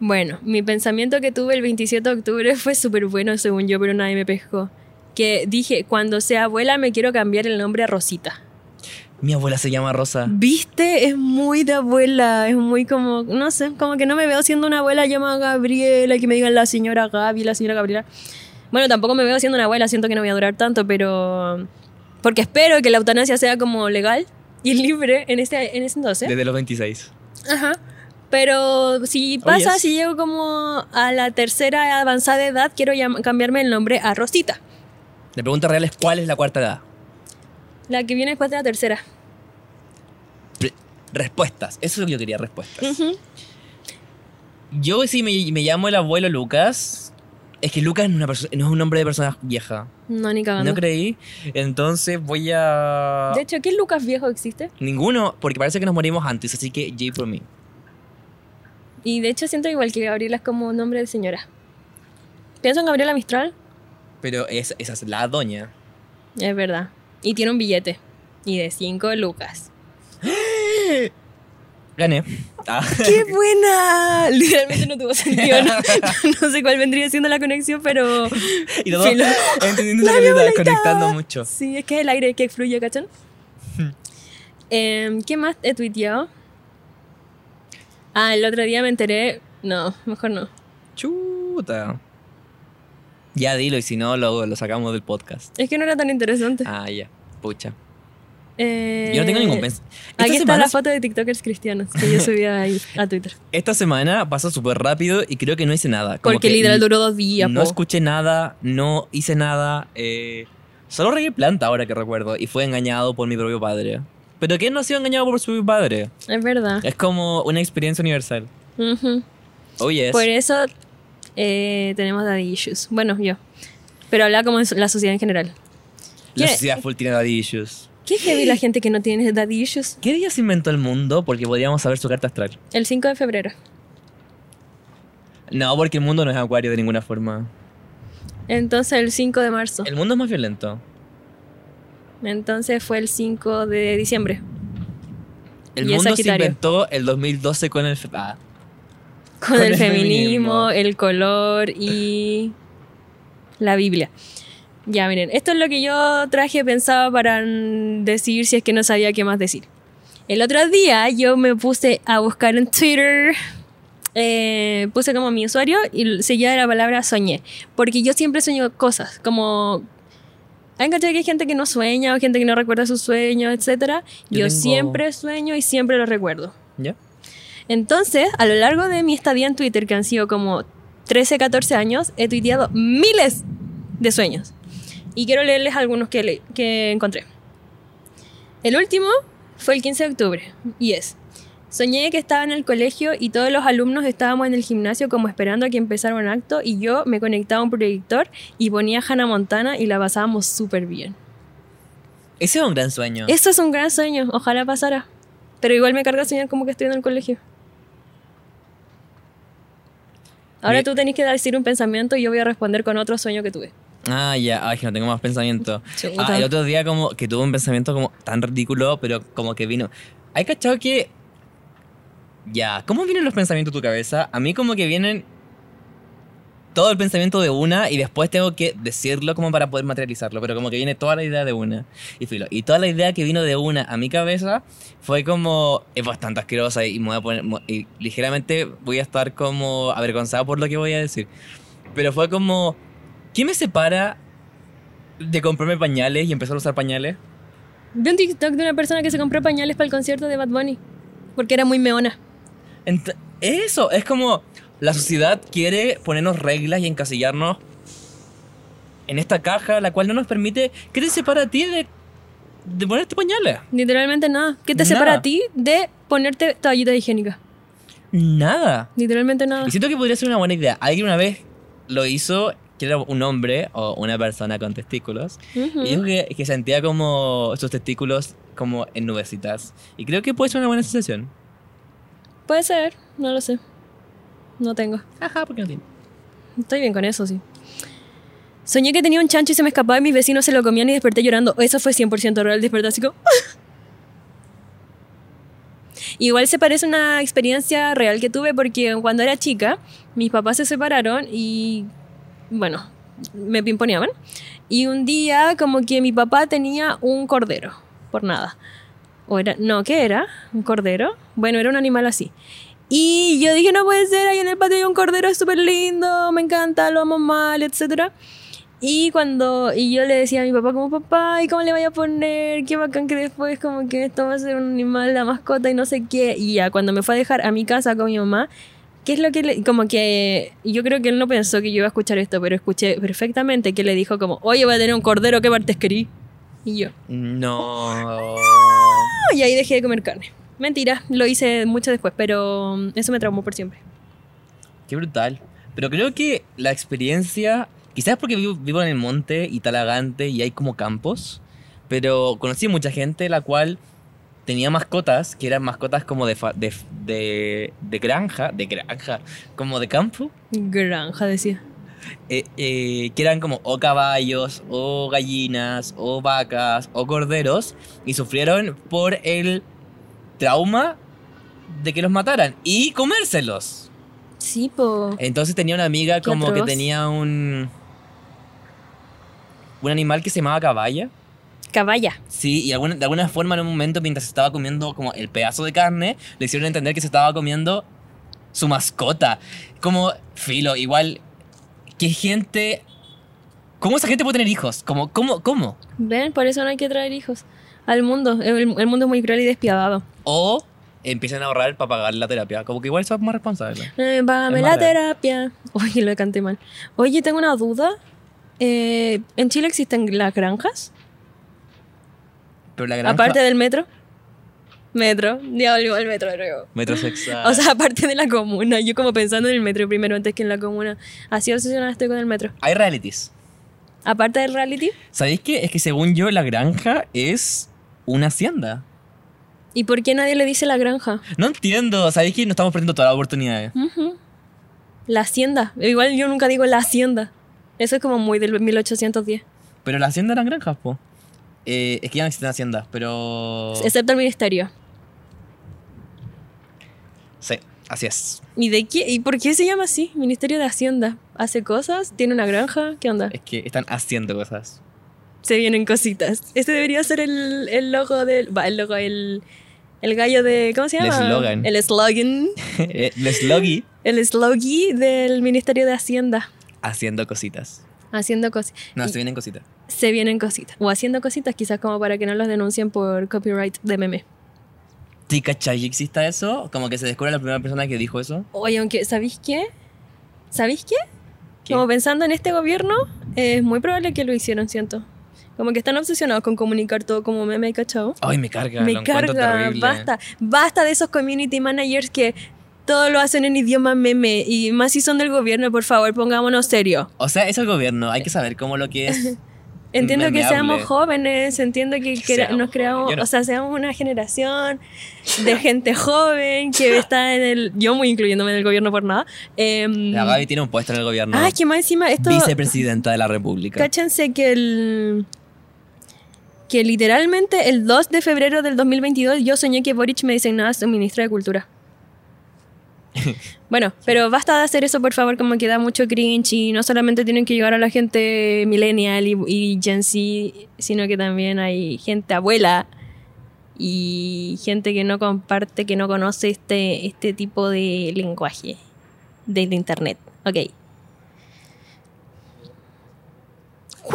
S1: Bueno, mi pensamiento que tuve el 27 de octubre fue súper bueno, según yo, pero nadie me pescó. Que dije, cuando sea abuela me quiero cambiar el nombre a Rosita.
S2: Mi abuela se llama Rosa.
S1: ¿Viste? Es muy de abuela, es muy como, no sé, como que no me veo siendo una abuela llamada Gabriela, que me digan la señora Gaby, la señora Gabriela. Bueno, tampoco me veo siendo una abuela, siento que no voy a durar tanto, pero... Porque espero que la eutanasia sea como legal y libre en, este, en ese entonces.
S2: Desde los 26.
S1: Ajá. Pero si pasa,
S2: Oh, yes.
S1: si llego como a la tercera avanzada edad, quiero llam- cambiarme el nombre a Rosita,
S2: La pregunta real es ¿cuál es la cuarta edad?
S1: la que viene después de la tercera.
S2: Pre- Respuestas. Eso es lo que yo quería, respuestas.
S1: Ujú.
S2: Yo si me, me llamo el abuelo Lucas, es que Lucas no es, una perso- no es un nombre de persona vieja.
S1: Ah, No, ni cagando.
S2: No creí. Entonces voy a...
S1: de hecho, ¿qué Lucas viejo existe?
S2: Ninguno, porque parece que nos morimos antes, así que J por mí.
S1: Y de hecho siento igual que Gabriela es como un nombre de señora. ¿Pienso en Gabriela Mistral?
S2: Pero es- esa es la doña.
S1: Es verdad. Y tiene un billete. Y de 5 lucas.
S2: Gané. Ah,
S1: ¡Qué buena! Literalmente no tuvo sentido. No, no sé cuál vendría siendo la conexión, pero
S2: y todo
S1: Filo.
S2: entendiendo la
S1: La
S2: realidad,
S1: violeta.
S2: conectando mucho.
S1: Sí, es que es el aire que fluye, ¿cachan?
S2: Hmm.
S1: Em, ¿Qué más he tuiteado? Ah, el otro día me enteré. No, mejor no.
S2: Chuta. Ya dilo, y si no, lo, lo sacamos del podcast.
S1: Es que no era tan interesante.
S2: Ah, ya. Pucha.
S1: Eh,
S2: Yo no tengo ningún pensamiento.
S1: Aquí
S2: Esta,
S1: está
S2: semana-
S1: la foto de TikTokers cristianos que yo subí ahí a Twitter.
S2: esta semana pasó súper rápido y creo que no hice nada. Como
S1: Porque
S2: que
S1: literal
S2: n-
S1: duró dos días.
S2: No
S1: po.
S2: escuché nada, no hice nada. eh, solo regué planta ahora que recuerdo y fue engañado por mi propio padre. ¿Pero quién no ha sido engañado por su propio padre?
S1: Es verdad.
S2: Es como una experiencia universal.
S1: Ujú.
S2: Oye,
S1: Por eso eh, tenemos daddy issues. Bueno, yo. Pero habla como en la sociedad en general.
S2: la
S1: ¿qué?
S2: sociedad full tiene daddy issues.
S1: ¿Qué heavy la gente que no tiene daddy issues?
S2: ¿Qué día se inventó el mundo? Porque podríamos saber su carta astral.
S1: El 5 de febrero.
S2: No, porque el mundo no es acuario de ninguna forma.
S1: Entonces el 5 de marzo.
S2: El mundo es más violento.
S1: Entonces fue el 5 de diciembre.
S2: El
S1: Y es
S2: mundo se
S1: Sagitario.
S2: inventó el 2012 con el... fe- Ah,
S1: Con,
S2: Con
S1: el,
S2: el
S1: feminismo,
S2: feminismo.
S1: el color y la Biblia. Ya, miren, esto es lo que yo traje pensado para mm, decir si es que no sabía qué más decir. El otro día yo me puse a buscar en Twitter, eh, puse como mi usuario y seguía la palabra soñé, porque yo siempre sueño cosas, como... ¿Han cachado que hay gente que no sueña o gente que no recuerda sus sueños, etcétera?
S2: Yo
S1: Yo,
S2: tengo-
S1: siempre sueño y siempre lo recuerdo.
S2: ¿Ya?
S1: Entonces, a lo largo de mi estadía en Twitter, que han sido como 13, 14 años, he tuiteado miles de sueños. Y quiero leerles algunos que, le- que encontré. El último fue el 15 de octubre, y es, soñé que estaba en el colegio y todos los alumnos estábamos en el gimnasio como esperando a que empezara un acto y yo me conectaba a un proyector y ponía Hannah Montana y la pasábamos súper bien.
S2: Ese es un gran sueño.
S1: Eso es un gran sueño, ojalá pasara. Pero igual me carga soñar como que estoy en el colegio. Ahora
S2: Mi-
S1: tú tenés que decir un pensamiento y yo voy a responder con otro sueño que tuve.
S2: Ah, ya, ay, que no tengo más pensamiento.
S1: Chuta.
S2: Ah, el otro día como que tuve un pensamiento como tan ridículo, pero como que vino. ¿Hay cachado que... Ya, ¿cómo vienen los pensamientos a tu cabeza? A mí como que vienen todo el pensamiento de una y después tengo que decirlo como para poder materializarlo, pero como que viene toda la idea de una. Y filo, y toda la idea que vino de una a mi cabeza fue como, es bastante asquerosa y, me voy a poner, mo- y ligeramente voy a estar como avergonzado por lo que voy a decir. Pero fue como, ¿qué me separa de comprarme pañales y empezar a usar pañales?
S1: Vi un TikTok de una persona que se compró pañales para el concierto de Bad Bunny. Porque era muy meona.
S2: Ent- eso, es como la sociedad quiere ponernos reglas y encasillarnos en esta caja, la cual no nos permite. ¿Qué te separa a ti de, de ponerte pañales?
S1: Literalmente nada. ¿Qué te
S2: Nada.
S1: separa a ti de ponerte toallita higiénica?
S2: Nada.
S1: Literalmente nada.
S2: Y siento que podría ser una buena idea. Alguien una vez lo hizo, que era un hombre o una persona con testículos,
S1: Ujú.
S2: y dijo que, que sentía como sus testículos como en nubecitas. Y creo que puede ser una buena sensación.
S1: Puede ser, no lo sé. No tengo.
S2: Ajá, porque no tiene.
S1: Estoy bien con eso, sí. Soñé que tenía un chancho y se me escapaba y mis vecinos se lo comían y desperté llorando. Eso fue 100% real, desperté así como... Igual se parece a una experiencia real que tuve porque cuando era chica, mis papás se separaron y, bueno, me pimponeaban. Y un día como que mi papá tenía un cordero, por nada. O era, no, ¿qué era? ¿Un cordero? Bueno, era un animal así. Y yo dije, no puede ser, ahí en el patio hay un cordero es súper lindo, me encanta, lo amo mal, etc. Y cuando y yo le decía a mi papá como, papá, ¿y cómo le vaya a poner? Qué bacán que después como que esto va a ser un animal, la mascota y no sé qué. Y ya, cuando me fue a dejar a mi casa con mi mamá, ¿qué es lo que le...? Como que yo creo que él no pensó que yo iba a escuchar esto, pero escuché perfectamente que le dijo como, oye, voy a tener un cordero, ¿qué partes querí? Y yo,
S2: No.
S1: "Ah", y ahí dejé de comer carne. Mentira, lo hice mucho después, pero mm, eso me traumó por siempre.
S2: Qué brutal. Pero creo que la experiencia, quizás porque vivo, vivo en el monte y talagante y hay como campos, pero conocí mucha gente la cual tenía mascotas, que eran mascotas como de, fa- de, de, de granja, de granja, como de campo,
S1: Granja, decía.
S2: eh, eh, que eran como o caballos, o gallinas, o vacas, o corderos, y sufrieron por el trauma de que los mataran y comérselos.
S1: Sí, po.
S2: Entonces tenía una amiga
S1: Qué
S2: como que
S1: atroz.
S2: tenía un. Un animal que se llamaba caballa.
S1: Caballa.
S2: Sí, y alguna- de alguna forma en un momento mientras estaba comiendo como el pedazo de carne, le hicieron entender que se estaba comiendo su mascota. Como, filo, igual. ¿Qué gente. ¿Cómo esa gente puede tener hijos? Como, ¿Cómo? ¿Cómo?
S1: Ven, por eso no hay que traer hijos al mundo. El, el mundo es muy cruel y despiadado.
S2: O empiezan a ahorrar para pagar la terapia. Como que igual son más responsables.
S1: Eh, págame
S2: Es
S1: la
S2: más real.
S1: terapia. Oye, lo canté mal. Oye, tengo una duda. Eh, ¿En Chile existen las granjas?
S2: Pero la granja.
S1: Aparte del metro. Metro. Ya volvimos al metro de nuevo.
S2: Metrosexual.
S1: O sea, aparte de la comuna. Yo como pensando en el metro primero antes que en la comuna. Así obsesionada estoy con el metro.
S2: hay realities.
S1: Aparte del reality.
S2: ¿Sabéis qué? Es que según yo, la granja es una hacienda.
S1: ¿Y por qué nadie le dice la granja?
S2: No entiendo. ¿Sabéis que nos estamos perdiendo todas las oportunidades?
S1: Ujú. La hacienda. Igual yo nunca digo la hacienda. Eso es como muy del 1810.
S2: Pero las haciendas eran granjas, po. Eh, es que ya no existen haciendas, pero.
S1: Excepto el ministerio.
S2: Sí, así es.
S1: ¿Y, de qué, ¿Y por qué se llama así? Ministerio de Hacienda. Hace cosas, tiene una granja. ¿Qué onda?
S2: Es que están haciendo cosas.
S1: Se vienen cositas. Este debería ser el, el logo del. Va, el logo, el. El gallo de. ¿Cómo se
S2: El
S1: llama?
S2: eslogan.
S1: El eslogan.
S2: Eh, Les Loggy
S1: El sloggy del Ministerio de Hacienda.
S2: haciendo cositas.
S1: Haciendo cosas.
S2: No,
S1: Y-
S2: se vienen cositas.
S1: Se vienen cositas. O haciendo cositas, quizás como para que no los denuncien por copyright de meme.
S2: ¿Sí, cachai? ¿Exista eso? Como que se descubre la primera persona que dijo eso.
S1: Oye, aunque, ¿sabéis qué? ¿Sabéis qué?
S2: ¿Qué?
S1: Como pensando en este gobierno, es muy probable que lo hicieron, siento. Como que están obsesionados con comunicar todo como meme, ¿cachao?
S2: Ay, me carga.
S1: Me
S2: lo encuentro
S1: carga,
S2: terrible.
S1: basta. Basta de esos community managers que todo lo hacen en idioma meme. Y más si son del gobierno, por favor, pongámonos serio.
S2: O sea, es el gobierno. Hay que saber cómo lo que es
S1: Entiendo que
S2: memeable.
S1: seamos jóvenes, entiendo que crea-
S2: Seamos
S1: nos creamos,
S2: jóvenes, yo no.
S1: o sea, seamos una generación de gente joven que está en el, yo muy incluyéndome en el gobierno por nada. em,
S2: La Gaby tiene un puesto en el gobierno.
S1: ah, es que más encima esto,
S2: Vicepresidenta de la República.
S1: cáchense que el, que literalmente el 2 de febrero del 2022 yo soñé que Boric me designaba su ministra de Cultura. Bueno, pero basta de hacer eso, por favor, como que da mucho cringe y no solamente tienen que llegar a la gente millennial y, y Gen Z, sino que también hay gente abuela y gente que no comparte, que no conoce este, este tipo de lenguaje del internet. Ok. ¡45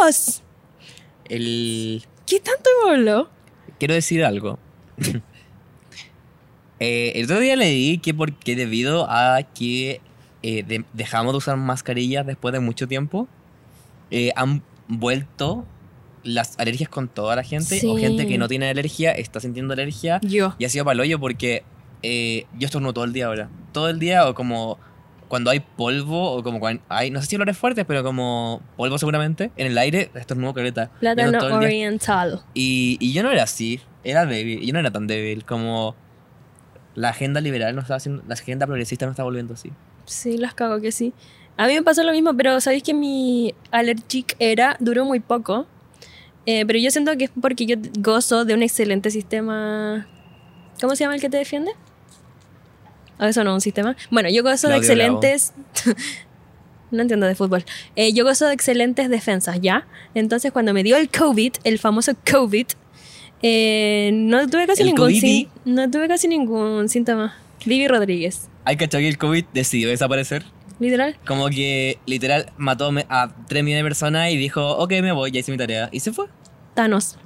S1: minutos!
S2: El...
S1: ¿Qué tanto habló?
S2: Quiero decir algo. Eh, el otro día leí que porque debido a que eh, de- dejamos de usar mascarillas después de mucho tiempo, eh, han vuelto las alergias con toda la gente o gente
S1: Sí.
S2: que no tiene alergia está sintiendo alergia
S1: Yo.
S2: y ha sido pa'l hoyo porque eh, yo estornudo todo el día ahora. Todo el día o como cuando hay polvo o como cuando hay, no sé si olores fuertes, pero como polvo seguramente, en el aire estornudo careta. Yo no
S1: Plátano
S2: todo el día-
S1: oriental.
S2: y, y yo no era así, era débil, yo no era tan débil como la agenda liberal no estaba haciendo, la agenda progresista no está volviendo así.
S1: Sí, las cago que sí. A mí me pasó lo mismo, pero sabéis que mi allergic era duró muy poco. Eh, pero yo siento que es porque yo gozo de un excelente sistema. ¿Cómo se llama el que te defiende? A eso no, un sistema. Bueno, yo gozo de
S2: Claudio Bravo.
S1: excelentes. no entiendo de fútbol. Eh, yo gozo de excelentes defensas, ¿ya? Entonces, cuando me dio el COVID, el famoso COVID, eh, no tuve casi
S2: El
S1: ningún
S2: COVID.
S1: sin- No tuve casi ningún síntoma. Vivi Rodríguez.
S2: Hay cachado que el COVID decidió desaparecer.
S1: Literal.
S2: Como que literal mató me- a 3 millones de personas y dijo, ok, me voy, ya hice mi tarea. Y se fue.
S1: Thanos.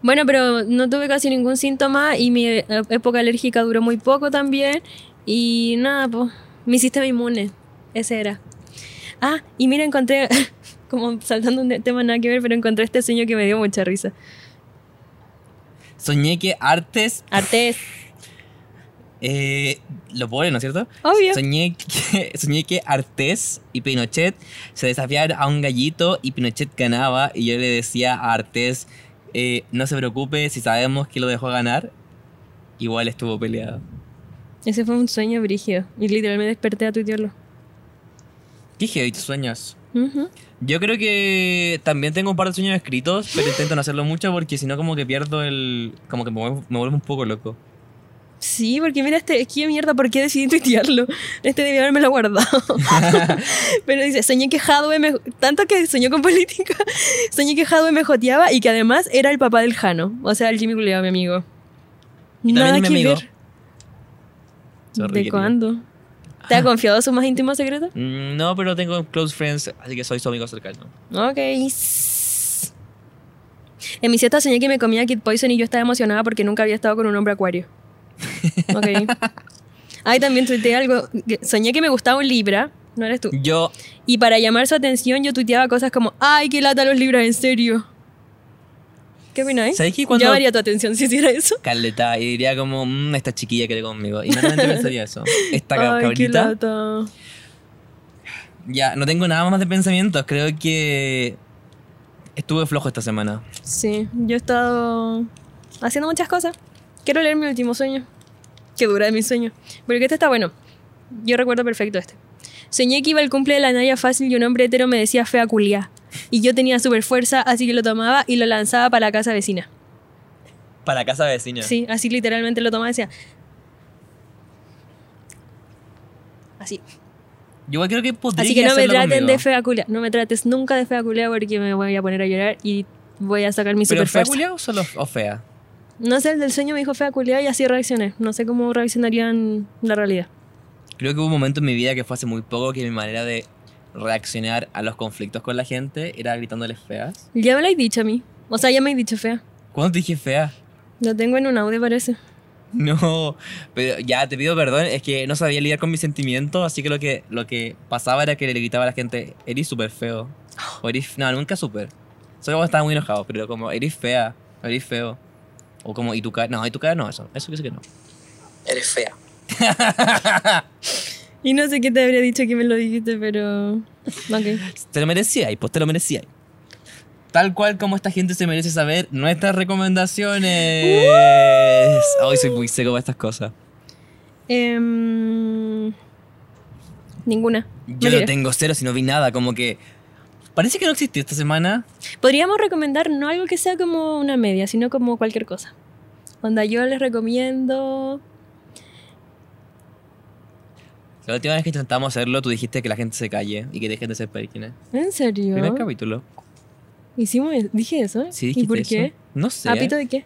S1: Bueno, pero no tuve casi ningún síntoma y mi eh, época alérgica duró muy poco también. Y nada, pues, mi sistema inmune, ese era. Ah, y mira, encontré, como saltando un tema nada que ver, pero encontré este sueño que me dio mucha risa.
S2: Soñé que artes,
S1: Artes,
S2: eh, lo pobre, ¿no es cierto?
S1: obvio.
S2: Soñé que, soñé que Artés y Pinochet se desafiaban a un gallito y Pinochet ganaba y yo le decía a Artés, eh, no se preocupe, si sabemos que lo dejó ganar, igual estuvo peleado.
S1: Ese fue un sueño brígido. Y literal me desperté a tuitearlo.
S2: ¿Qué heavy tus sueños?
S1: Ujú.
S2: Yo creo que también tengo un par de sueños escritos, pero intento no hacerlo mucho porque si no como que pierdo el... como que me vuelvo, me vuelvo un poco loco.
S1: Sí, porque mira, este, qué mierda, ¿por qué decidí tuitearlo? Este debía haberme lo guardado. Pero dice, soñé que Hadwe me... Tanto que soñó con política, soñé que Hadwe me joteaba y que además era el papá del Jano. O sea, el Jimmy Culeado, mi amigo.
S2: Y también es mi amigo. Sorry,
S1: ¿De
S2: querido. Ah.
S1: cuándo? ¿Te ha confiado su más íntimo secreto?
S2: Mm, No, pero tengo close friends, así que soy su amigo cercano.
S1: Ok. En mi siesta soñé que me comía Kid Poison y yo estaba emocionada porque nunca había estado con un hombre acuario. Ok. Ay, también tuiteé algo. que- Soñé que me gustaba un Libra. No eres tú.
S2: Yo
S1: Y para llamar su atención yo tuiteaba cosas como, ay, qué lata los Libras, en serio. ¿Qué opináis?
S2: ¿Sabes que cuando-
S1: Llamaría tu atención si hiciera eso.
S2: caleta y diría como, "Mm, esta chiquilla quiere conmigo. Y normalmente pensaría eso. Esta ca-
S1: Ay, qué
S2: cabrita.
S1: lata.
S2: Ya, no tengo nada más de pensamientos. Creo que estuve flojo esta semana.
S1: Sí, yo he estado haciendo muchas cosas. Quiero leer mi último sueño, que dura de mi sueño. Porque este está bueno. Yo recuerdo perfecto este. Soñé que iba al cumple de la Naya Fácil y un hombre hetero me decía fea culiá. Y yo tenía super fuerza, así que lo tomaba y lo lanzaba para la casa vecina.
S2: Para casa vecina.
S1: Sí, así literalmente lo tomaba y decía. Así.
S2: Yo igual creo que podría
S1: Así que no me
S2: hacerlo
S1: traten
S2: conmigo.
S1: de fea culiá. No me trates nunca de fea culiá porque me voy a poner a llorar y voy a sacar mi
S2: ¿Pero
S1: super
S2: fea
S1: fuerza.
S2: culia o solo o fea?
S1: No sé, el del sueño me dijo fea culiada y así reaccioné. No sé cómo reaccionaría en la realidad.
S2: Creo que hubo un momento en mi vida que fue hace muy poco que mi manera de reaccionar a los conflictos con la gente era gritándoles feas.
S1: Ya me lo he dicho a mí. O sea, ya me he dicho fea.
S2: ¿Cuándo te dije fea?
S1: Lo tengo en un audio, parece.
S2: No, pero ya te pido perdón, es que no sabía lidiar con mis sentimientos, así que lo que, lo que pasaba era que le gritaba a la gente, eres súper feo. O eres, no, nunca súper. Solo cuando estaba muy enojado, pero como, eres fea, eres feo. O como, y tu cara, no, y tu cara no, eso, eso que sé que no.
S3: Eres fea.
S1: Y no sé qué te habría dicho que me lo dijiste, pero. Ok.
S2: Te lo merecía y pues te lo merecía. Tal cual como esta gente se merece saber nuestras recomendaciones. Hoy soy muy seco para estas cosas.
S1: Em, ninguna.
S2: Yo
S1: Mentira.
S2: lo tengo cero si no vi nada, como que. Parece que no existió esta semana.
S1: Podríamos recomendar no algo que sea como una media, sino como cualquier cosa. Onda, yo les recomiendo.
S2: La última vez que intentamos hacerlo, tú dijiste que la gente se calle y que dejen de ser perquines.
S1: ¿En serio?
S2: Primer capítulo.
S1: Hicimos, dije eso.
S2: Sí,
S1: ¿Y
S2: dijiste
S1: por
S2: eso. ¿eh?
S1: qué?
S2: No sé.
S1: ¿A pito de qué?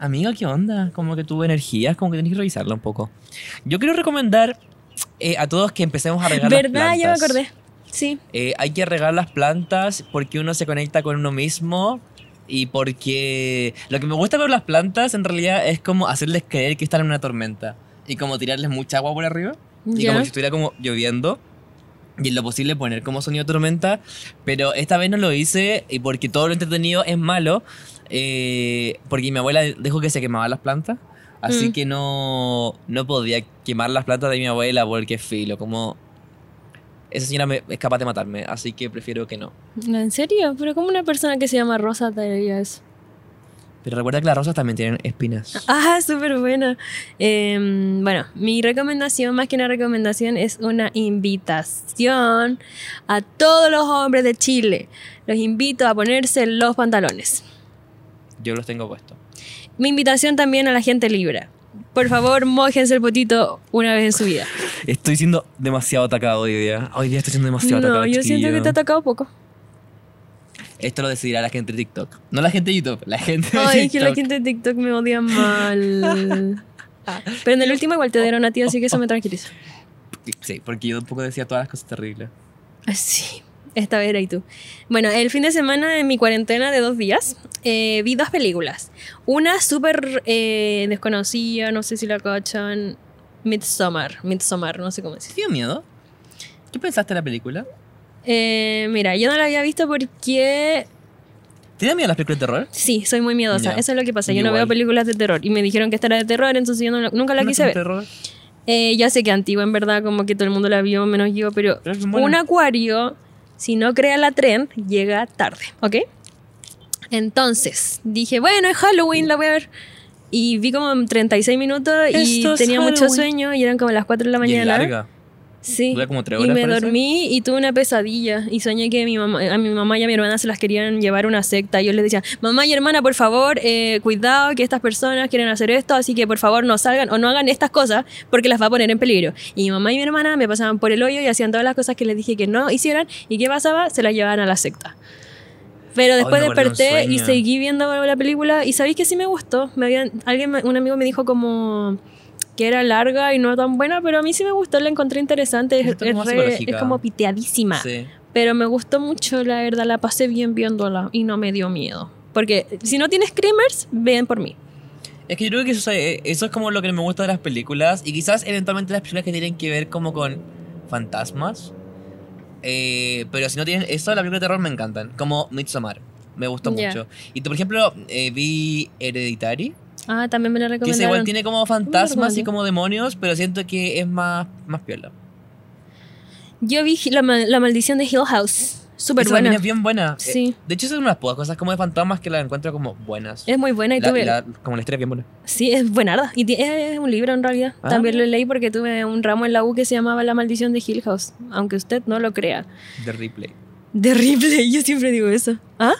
S2: Amiga, ¿qué onda? Como que tuve energías, como que tenés que revisarla un poco. Yo quiero recomendar eh, a todos que empecemos a regar las
S1: ¿Verdad?
S2: plantas.
S1: Ya me acordé. Sí.
S2: Eh, hay que regar las plantas porque uno se conecta con uno mismo y porque lo que me gusta ver las plantas en realidad es como hacerles creer que están en una tormenta y como tirarles mucha agua por arriba y
S1: Ya.
S2: como si estuviera como lloviendo y en lo posible poner como sonido tormenta, pero esta vez no lo hice y porque todo lo entretenido es malo, eh, porque mi abuela dejó que se quemaban las plantas, así
S1: Mm.
S2: que no, no podía quemar las plantas de mi abuela porque filo, como esa señora me- es capaz de matarme, así que prefiero que no.
S1: No, ¿En serio? Pero como una persona que se llama Rosa te haría eso.
S2: Pero recuerda que las rosas también tienen espinas.
S1: Ah, súper buena. Em, bueno, mi recomendación, más que una recomendación, es una invitación a todos los hombres de Chile. Los invito a ponerse los pantalones.
S2: Yo los tengo puestos.
S1: Mi invitación también a la gente libra. Por favor, mojense el potito una vez en su vida.
S2: Estoy siendo demasiado atacado hoy día. Hoy día estoy siendo demasiado
S1: No,
S2: atacado.
S1: yo siento que
S2: chiquillo.
S1: te ha tocado poco.
S2: Esto lo decidirá la gente de TikTok. No la gente de YouTube, la gente de
S1: Ay, es que
S2: TikTok.
S1: la gente de TikTok me odia mal. Pero en el último igual te dieron a ti, así que eso me tranquiliza.
S2: Sí, porque yo tampoco decía todas las cosas terribles.
S1: Ah, Sí, esta vez era y tú. Bueno, el fin de semana en mi cuarentena de dos días eh, vi dos películas. Una súper eh, desconocida, no sé si la cachan, Midsommar, Midsommar, no sé cómo
S2: ¿Te
S1: decir.
S2: dio miedo? ¿Qué pensaste de la película?
S1: Eh, mira, yo no la había visto porque
S2: ¿Te dio miedo las películas de terror?
S1: sí, soy muy miedosa.
S2: Ya.
S1: Eso es lo que pasa. Yo no
S2: Igual.
S1: veo películas de terror y me dijeron que esta era de terror, entonces yo no la- nunca la
S2: ¿No
S1: quise
S2: es un
S1: ver.
S2: terror?
S1: Eh, ya sé que antigua, en verdad, como que todo el mundo la vio, menos yo, pero
S2: Pero es buena.
S1: un acuario, si no crea la tren, llega tarde, ¿ok? Entonces, dije, bueno, es Halloween, la voy a ver. Y vi como en 36 minutos y
S2: Esto es
S1: tenía mucho
S2: Halloween.
S1: sueño y eran como las 4 de la
S2: Y es
S1: mañana.
S2: larga.
S1: Sí.
S2: Dura como tres
S1: y
S2: horas,
S1: me
S2: parece.
S1: dormí y tuve una pesadilla y soñé que mi mamá, a mi mamá y a mi hermana se las querían llevar a una secta. Y yo les decía, mamá y hermana, por favor, eh, cuidado que estas personas quieren hacer esto, así que por favor no salgan o no hagan estas cosas porque las va a poner en peligro. Y mi mamá y mi hermana me pasaban por el hoyo y hacían todas las cosas que les dije que no hicieran y ¿qué pasaba? Se las llevaban a la secta. Pero
S2: Ay,
S1: después
S2: me acordé de un
S1: desperté y
S2: sueño.
S1: seguí viendo la película y sabéis que sí me gustó. Me habían, alguien, me- un amigo me dijo como que era larga y no tan buena, pero a mí sí me gustó, la encontré interesante. Es,
S2: Está como
S1: es re-
S2: psicológica.
S1: es como piteadísima.
S2: Sí.
S1: Pero me gustó mucho, la verdad, la pasé bien viéndola y no me dio miedo. Porque si no tienes screamers, ven por mí.
S2: Es que yo creo que eso, es- eh, eso es como lo que me gusta de las películas. Y quizás eventualmente las películas que tienen que ver como con fantasmas. Eh, pero si no tienen eso, las películas de terror me encantan. Como Midsommar. Me gustó
S1: Ya.
S2: mucho. Y tú, por ejemplo, eh, vi Hereditary.
S1: Ah, también me la
S2: Que esa igual
S1: recomendaron.
S2: tiene como fantasmas y
S1: recomendó?
S2: como demonios, pero siento que es más, más piola.
S1: Yo vi la, ma- la maldición de Hill House. Súper
S2: Esa también
S1: buena.
S2: es bien buena.
S1: Sí.
S2: Eh, de hecho, son unas pocas cosas como de fantasmas que las encuentro como buenas.
S1: Es muy buena y
S2: La-
S1: tuve...
S2: la- como la historia es bien buena.
S1: Sí, es buenarda. Y ti- es un libro en realidad.
S2: Ah.
S1: También lo leí porque tuve un ramo en la U que se llamaba La maldición de Hill House. Aunque usted no lo crea.
S2: De replay.
S1: De Ripley, yo siempre digo eso. ¿Ah?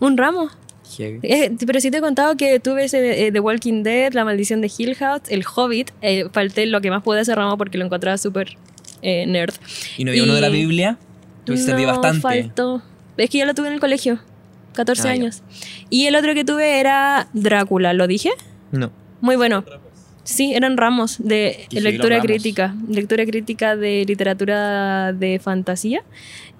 S1: ¿Un ramo?
S2: Heavy.
S1: Eh, pero sí te he contado que tuve ese eh, The Walking Dead, La Maldición de Hill House, El Hobbit. eh, falté lo que más pude a ese ramo porque lo encontraba súper eh, nerd.
S2: Y no había uno de la
S1: Y-
S2: Biblia. Tuviste
S1: no,
S2: bastante.
S1: faltó. Es que yo lo tuve en el colegio, 14
S2: Ah, ya.
S1: años. Y el otro que tuve era Drácula, ¿lo dije?
S2: No.
S1: Muy bueno. Sí, eran ramos de
S2: Y sí,
S1: lectura
S2: los ramos.
S1: crítica, lectura crítica de literatura de fantasía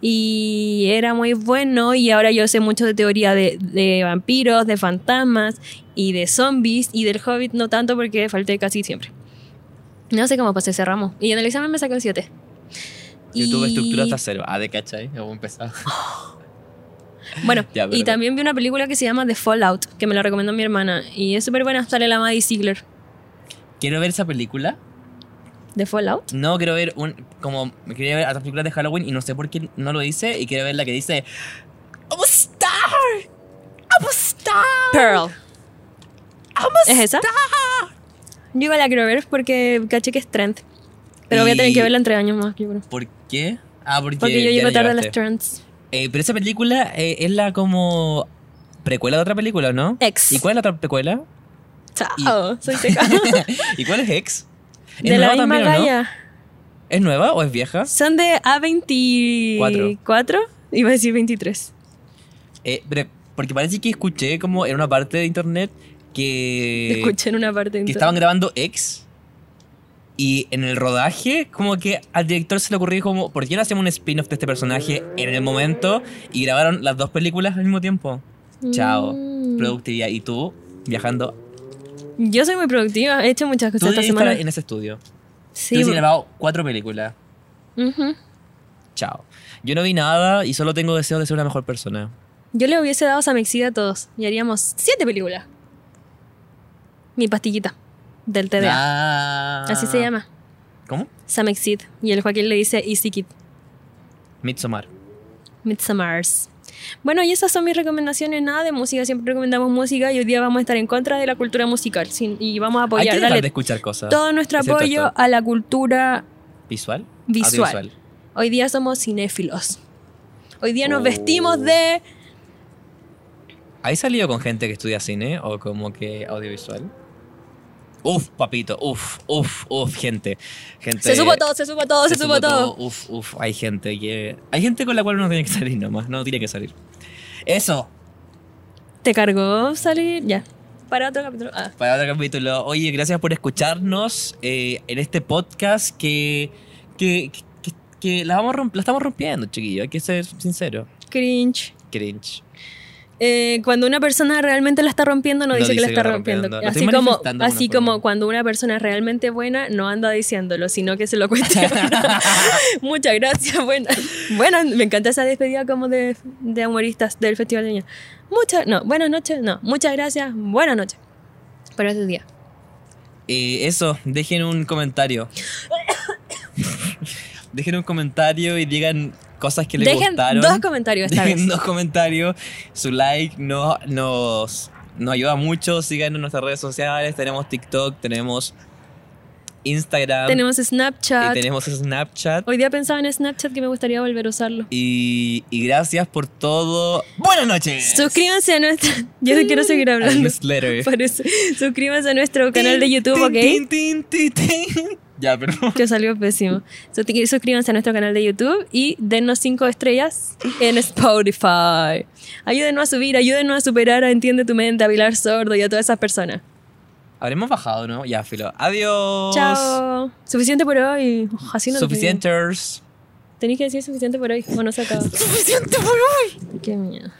S1: y era muy bueno y ahora yo sé mucho de teoría de, de vampiros, de fantasmas y de zombies y del hobbit no tanto porque falté casi siempre. No sé cómo pasé ese ramo y en el examen me saqué un 7.
S2: Yo tuve
S1: Y-
S2: estructura hasta cero. Ah, de cachai. Vamos a empezar.
S1: Bueno,
S2: Ya,
S1: y
S2: perdón.
S1: también vi una película que se llama The Fallout, que me la recomendó mi hermana y es súper buena, sale la Maddie Ziegler.
S2: Quiero ver esa película.
S1: de Fallout.
S2: No, quiero ver un. Como. Quería ver otras películas de Halloween y no sé por qué no lo dice. Y quiero ver la que dice. I'm a star! I'm a star!
S1: Pearl.
S2: I'm a
S1: ¿Es esa?
S2: star!
S1: Yo igual la quiero ver porque caché que es trend. Pero voy a tener
S2: Y-
S1: que verla en tres años más, yo creo.
S2: ¿Por qué? Ah, porque.
S1: Porque yo
S2: ya
S1: llego
S2: la
S1: tarde a
S2: llevaste.
S1: las trends.
S2: Eh, pero esa película eh, es la como. Precuela de otra película, ¿no?
S1: Ex.
S2: ¿Y cuál es la otra precuela?
S1: Chao, soy seca.
S2: ¿Y cuál es Hex? ¿Es
S1: De la
S2: nueva
S1: misma
S2: también, o no?
S1: galla.
S2: ¿Es nueva o es vieja?
S1: Son de A24. Iba a decir 23.
S2: Eh, pero- porque parece que escuché como en una parte de internet que,
S1: Escuché en una parte.
S2: Eh, que
S1: entonces.
S2: estaban grabando X y en el rodaje como que al director se le ocurrió como, ¿por qué no hacemos un spin-off de este personaje en el momento? Y grabaron las dos películas al mismo tiempo. Chao.
S1: Mm.
S2: Productividad. ¿Y tú? Viajando.
S1: Yo soy muy productiva. He hecho muchas
S2: Tú
S1: cosas Pues esta
S2: debes
S1: semana.
S2: estar en ese estudio.
S1: Sí.
S2: tú has
S1: bo-
S2: grabado cuatro películas.
S1: Ujú.
S2: Chao. Yo no vi nada y solo tengo deseo de ser una mejor persona.
S1: Yo le hubiese dado Samexida a todos y haríamos siete películas. Mi pastillita del TDA.
S2: Ah.
S1: Así se llama.
S2: ¿Cómo?
S1: Samexid. Y el Joaquín le dice Easy Kid.
S2: Midsommar.
S1: Midsummers. Bueno, y esas son mis recomendaciones. Nada de música. Siempre recomendamos música y hoy día vamos a estar en contra de la cultura musical. sin- y vamos a
S2: Hay que
S1: apoyar,
S2: dejar
S1: darle
S2: de escuchar cosas.
S1: todo nuestro
S2: excepto
S1: apoyo
S2: esto.
S1: a la cultura
S2: ¿Visual?
S1: Visual.
S2: Audiovisual.
S1: Hoy día somos cinéfilos. Hoy día nos
S2: Oh.
S1: vestimos de...
S2: ¿Hay salido con gente que estudia cine o como que audiovisual? Uf, papito, uf, uf, uf, gente. gente
S1: Se supo todo, se supo todo, se, supo, todo.
S2: Uf, uf, hay gente que. Hay gente con la cual uno tiene que salir nomás, no tiene que salir. Eso,
S1: ¿Te cargó salir? Ya. Para otro capítulo. Ah.
S2: para otro capítulo. Oye, gracias por escucharnos eh, en este podcast que. que, que, que la, vamos romp- la estamos rompiendo, chiquillo. Hay que ser sincero.
S1: Cringe.
S2: Cringe.
S1: Eh, cuando una persona realmente la está rompiendo, no,
S2: No
S1: dice, que la está rompiendo.
S2: rompiendo. Lo estoy
S1: Así, como,
S2: manifestando de
S1: así
S2: alguna forma.
S1: como cuando una persona es realmente buena, no anda diciéndolo, sino que se lo cuestiona. Muchas gracias. Bueno, bueno, me encanta esa despedida como de, de humoristas del Festival de Viña. Muchas, no, buenas noches, no. Muchas gracias, buenas noches. Para ese día.
S2: Eh, eso, dejen un comentario. dejen un comentario y digan cosas que les
S1: Dejen
S2: gustaron.
S1: dos comentarios esta vez.
S2: Dejen dos comentarios. Su like no, nos, nos ayuda mucho. Sigan en nuestras redes sociales. Tenemos TikTok, tenemos Instagram.
S1: Tenemos
S2: y
S1: Snapchat.
S2: tenemos Snapchat.
S1: Hoy día pensaba en Snapchat que me gustaría volver a usarlo.
S2: Y, y gracias por todo. Buenas noches.
S1: Suscríbanse a nuestra. Yo te quiero seguir
S2: Al
S1: hablando.
S2: newsletter.
S1: Parece. Suscríbanse a nuestro canal de YouTube,
S2: Tin,
S1: ¿ok?
S2: tin, tin, tin, tin. Ya, pero...
S1: Que salió pésimo. Suscri- Suscríbanse a nuestro canal de YouTube y dennos 5 estrellas en Spotify. Ayúdenos a subir, ayúdenos a superar a Entiende tu mente, a Pilar Sordo y a todas esas personas.
S2: Habremos bajado, ¿no? Ya, filo. Adiós.
S1: Chao. Suficiente por hoy. Oh, así no
S2: Suficienters.
S1: Tenéis que decir suficiente por hoy. Bueno, se acaba.
S2: Suficiente por hoy.
S1: Qué miedo.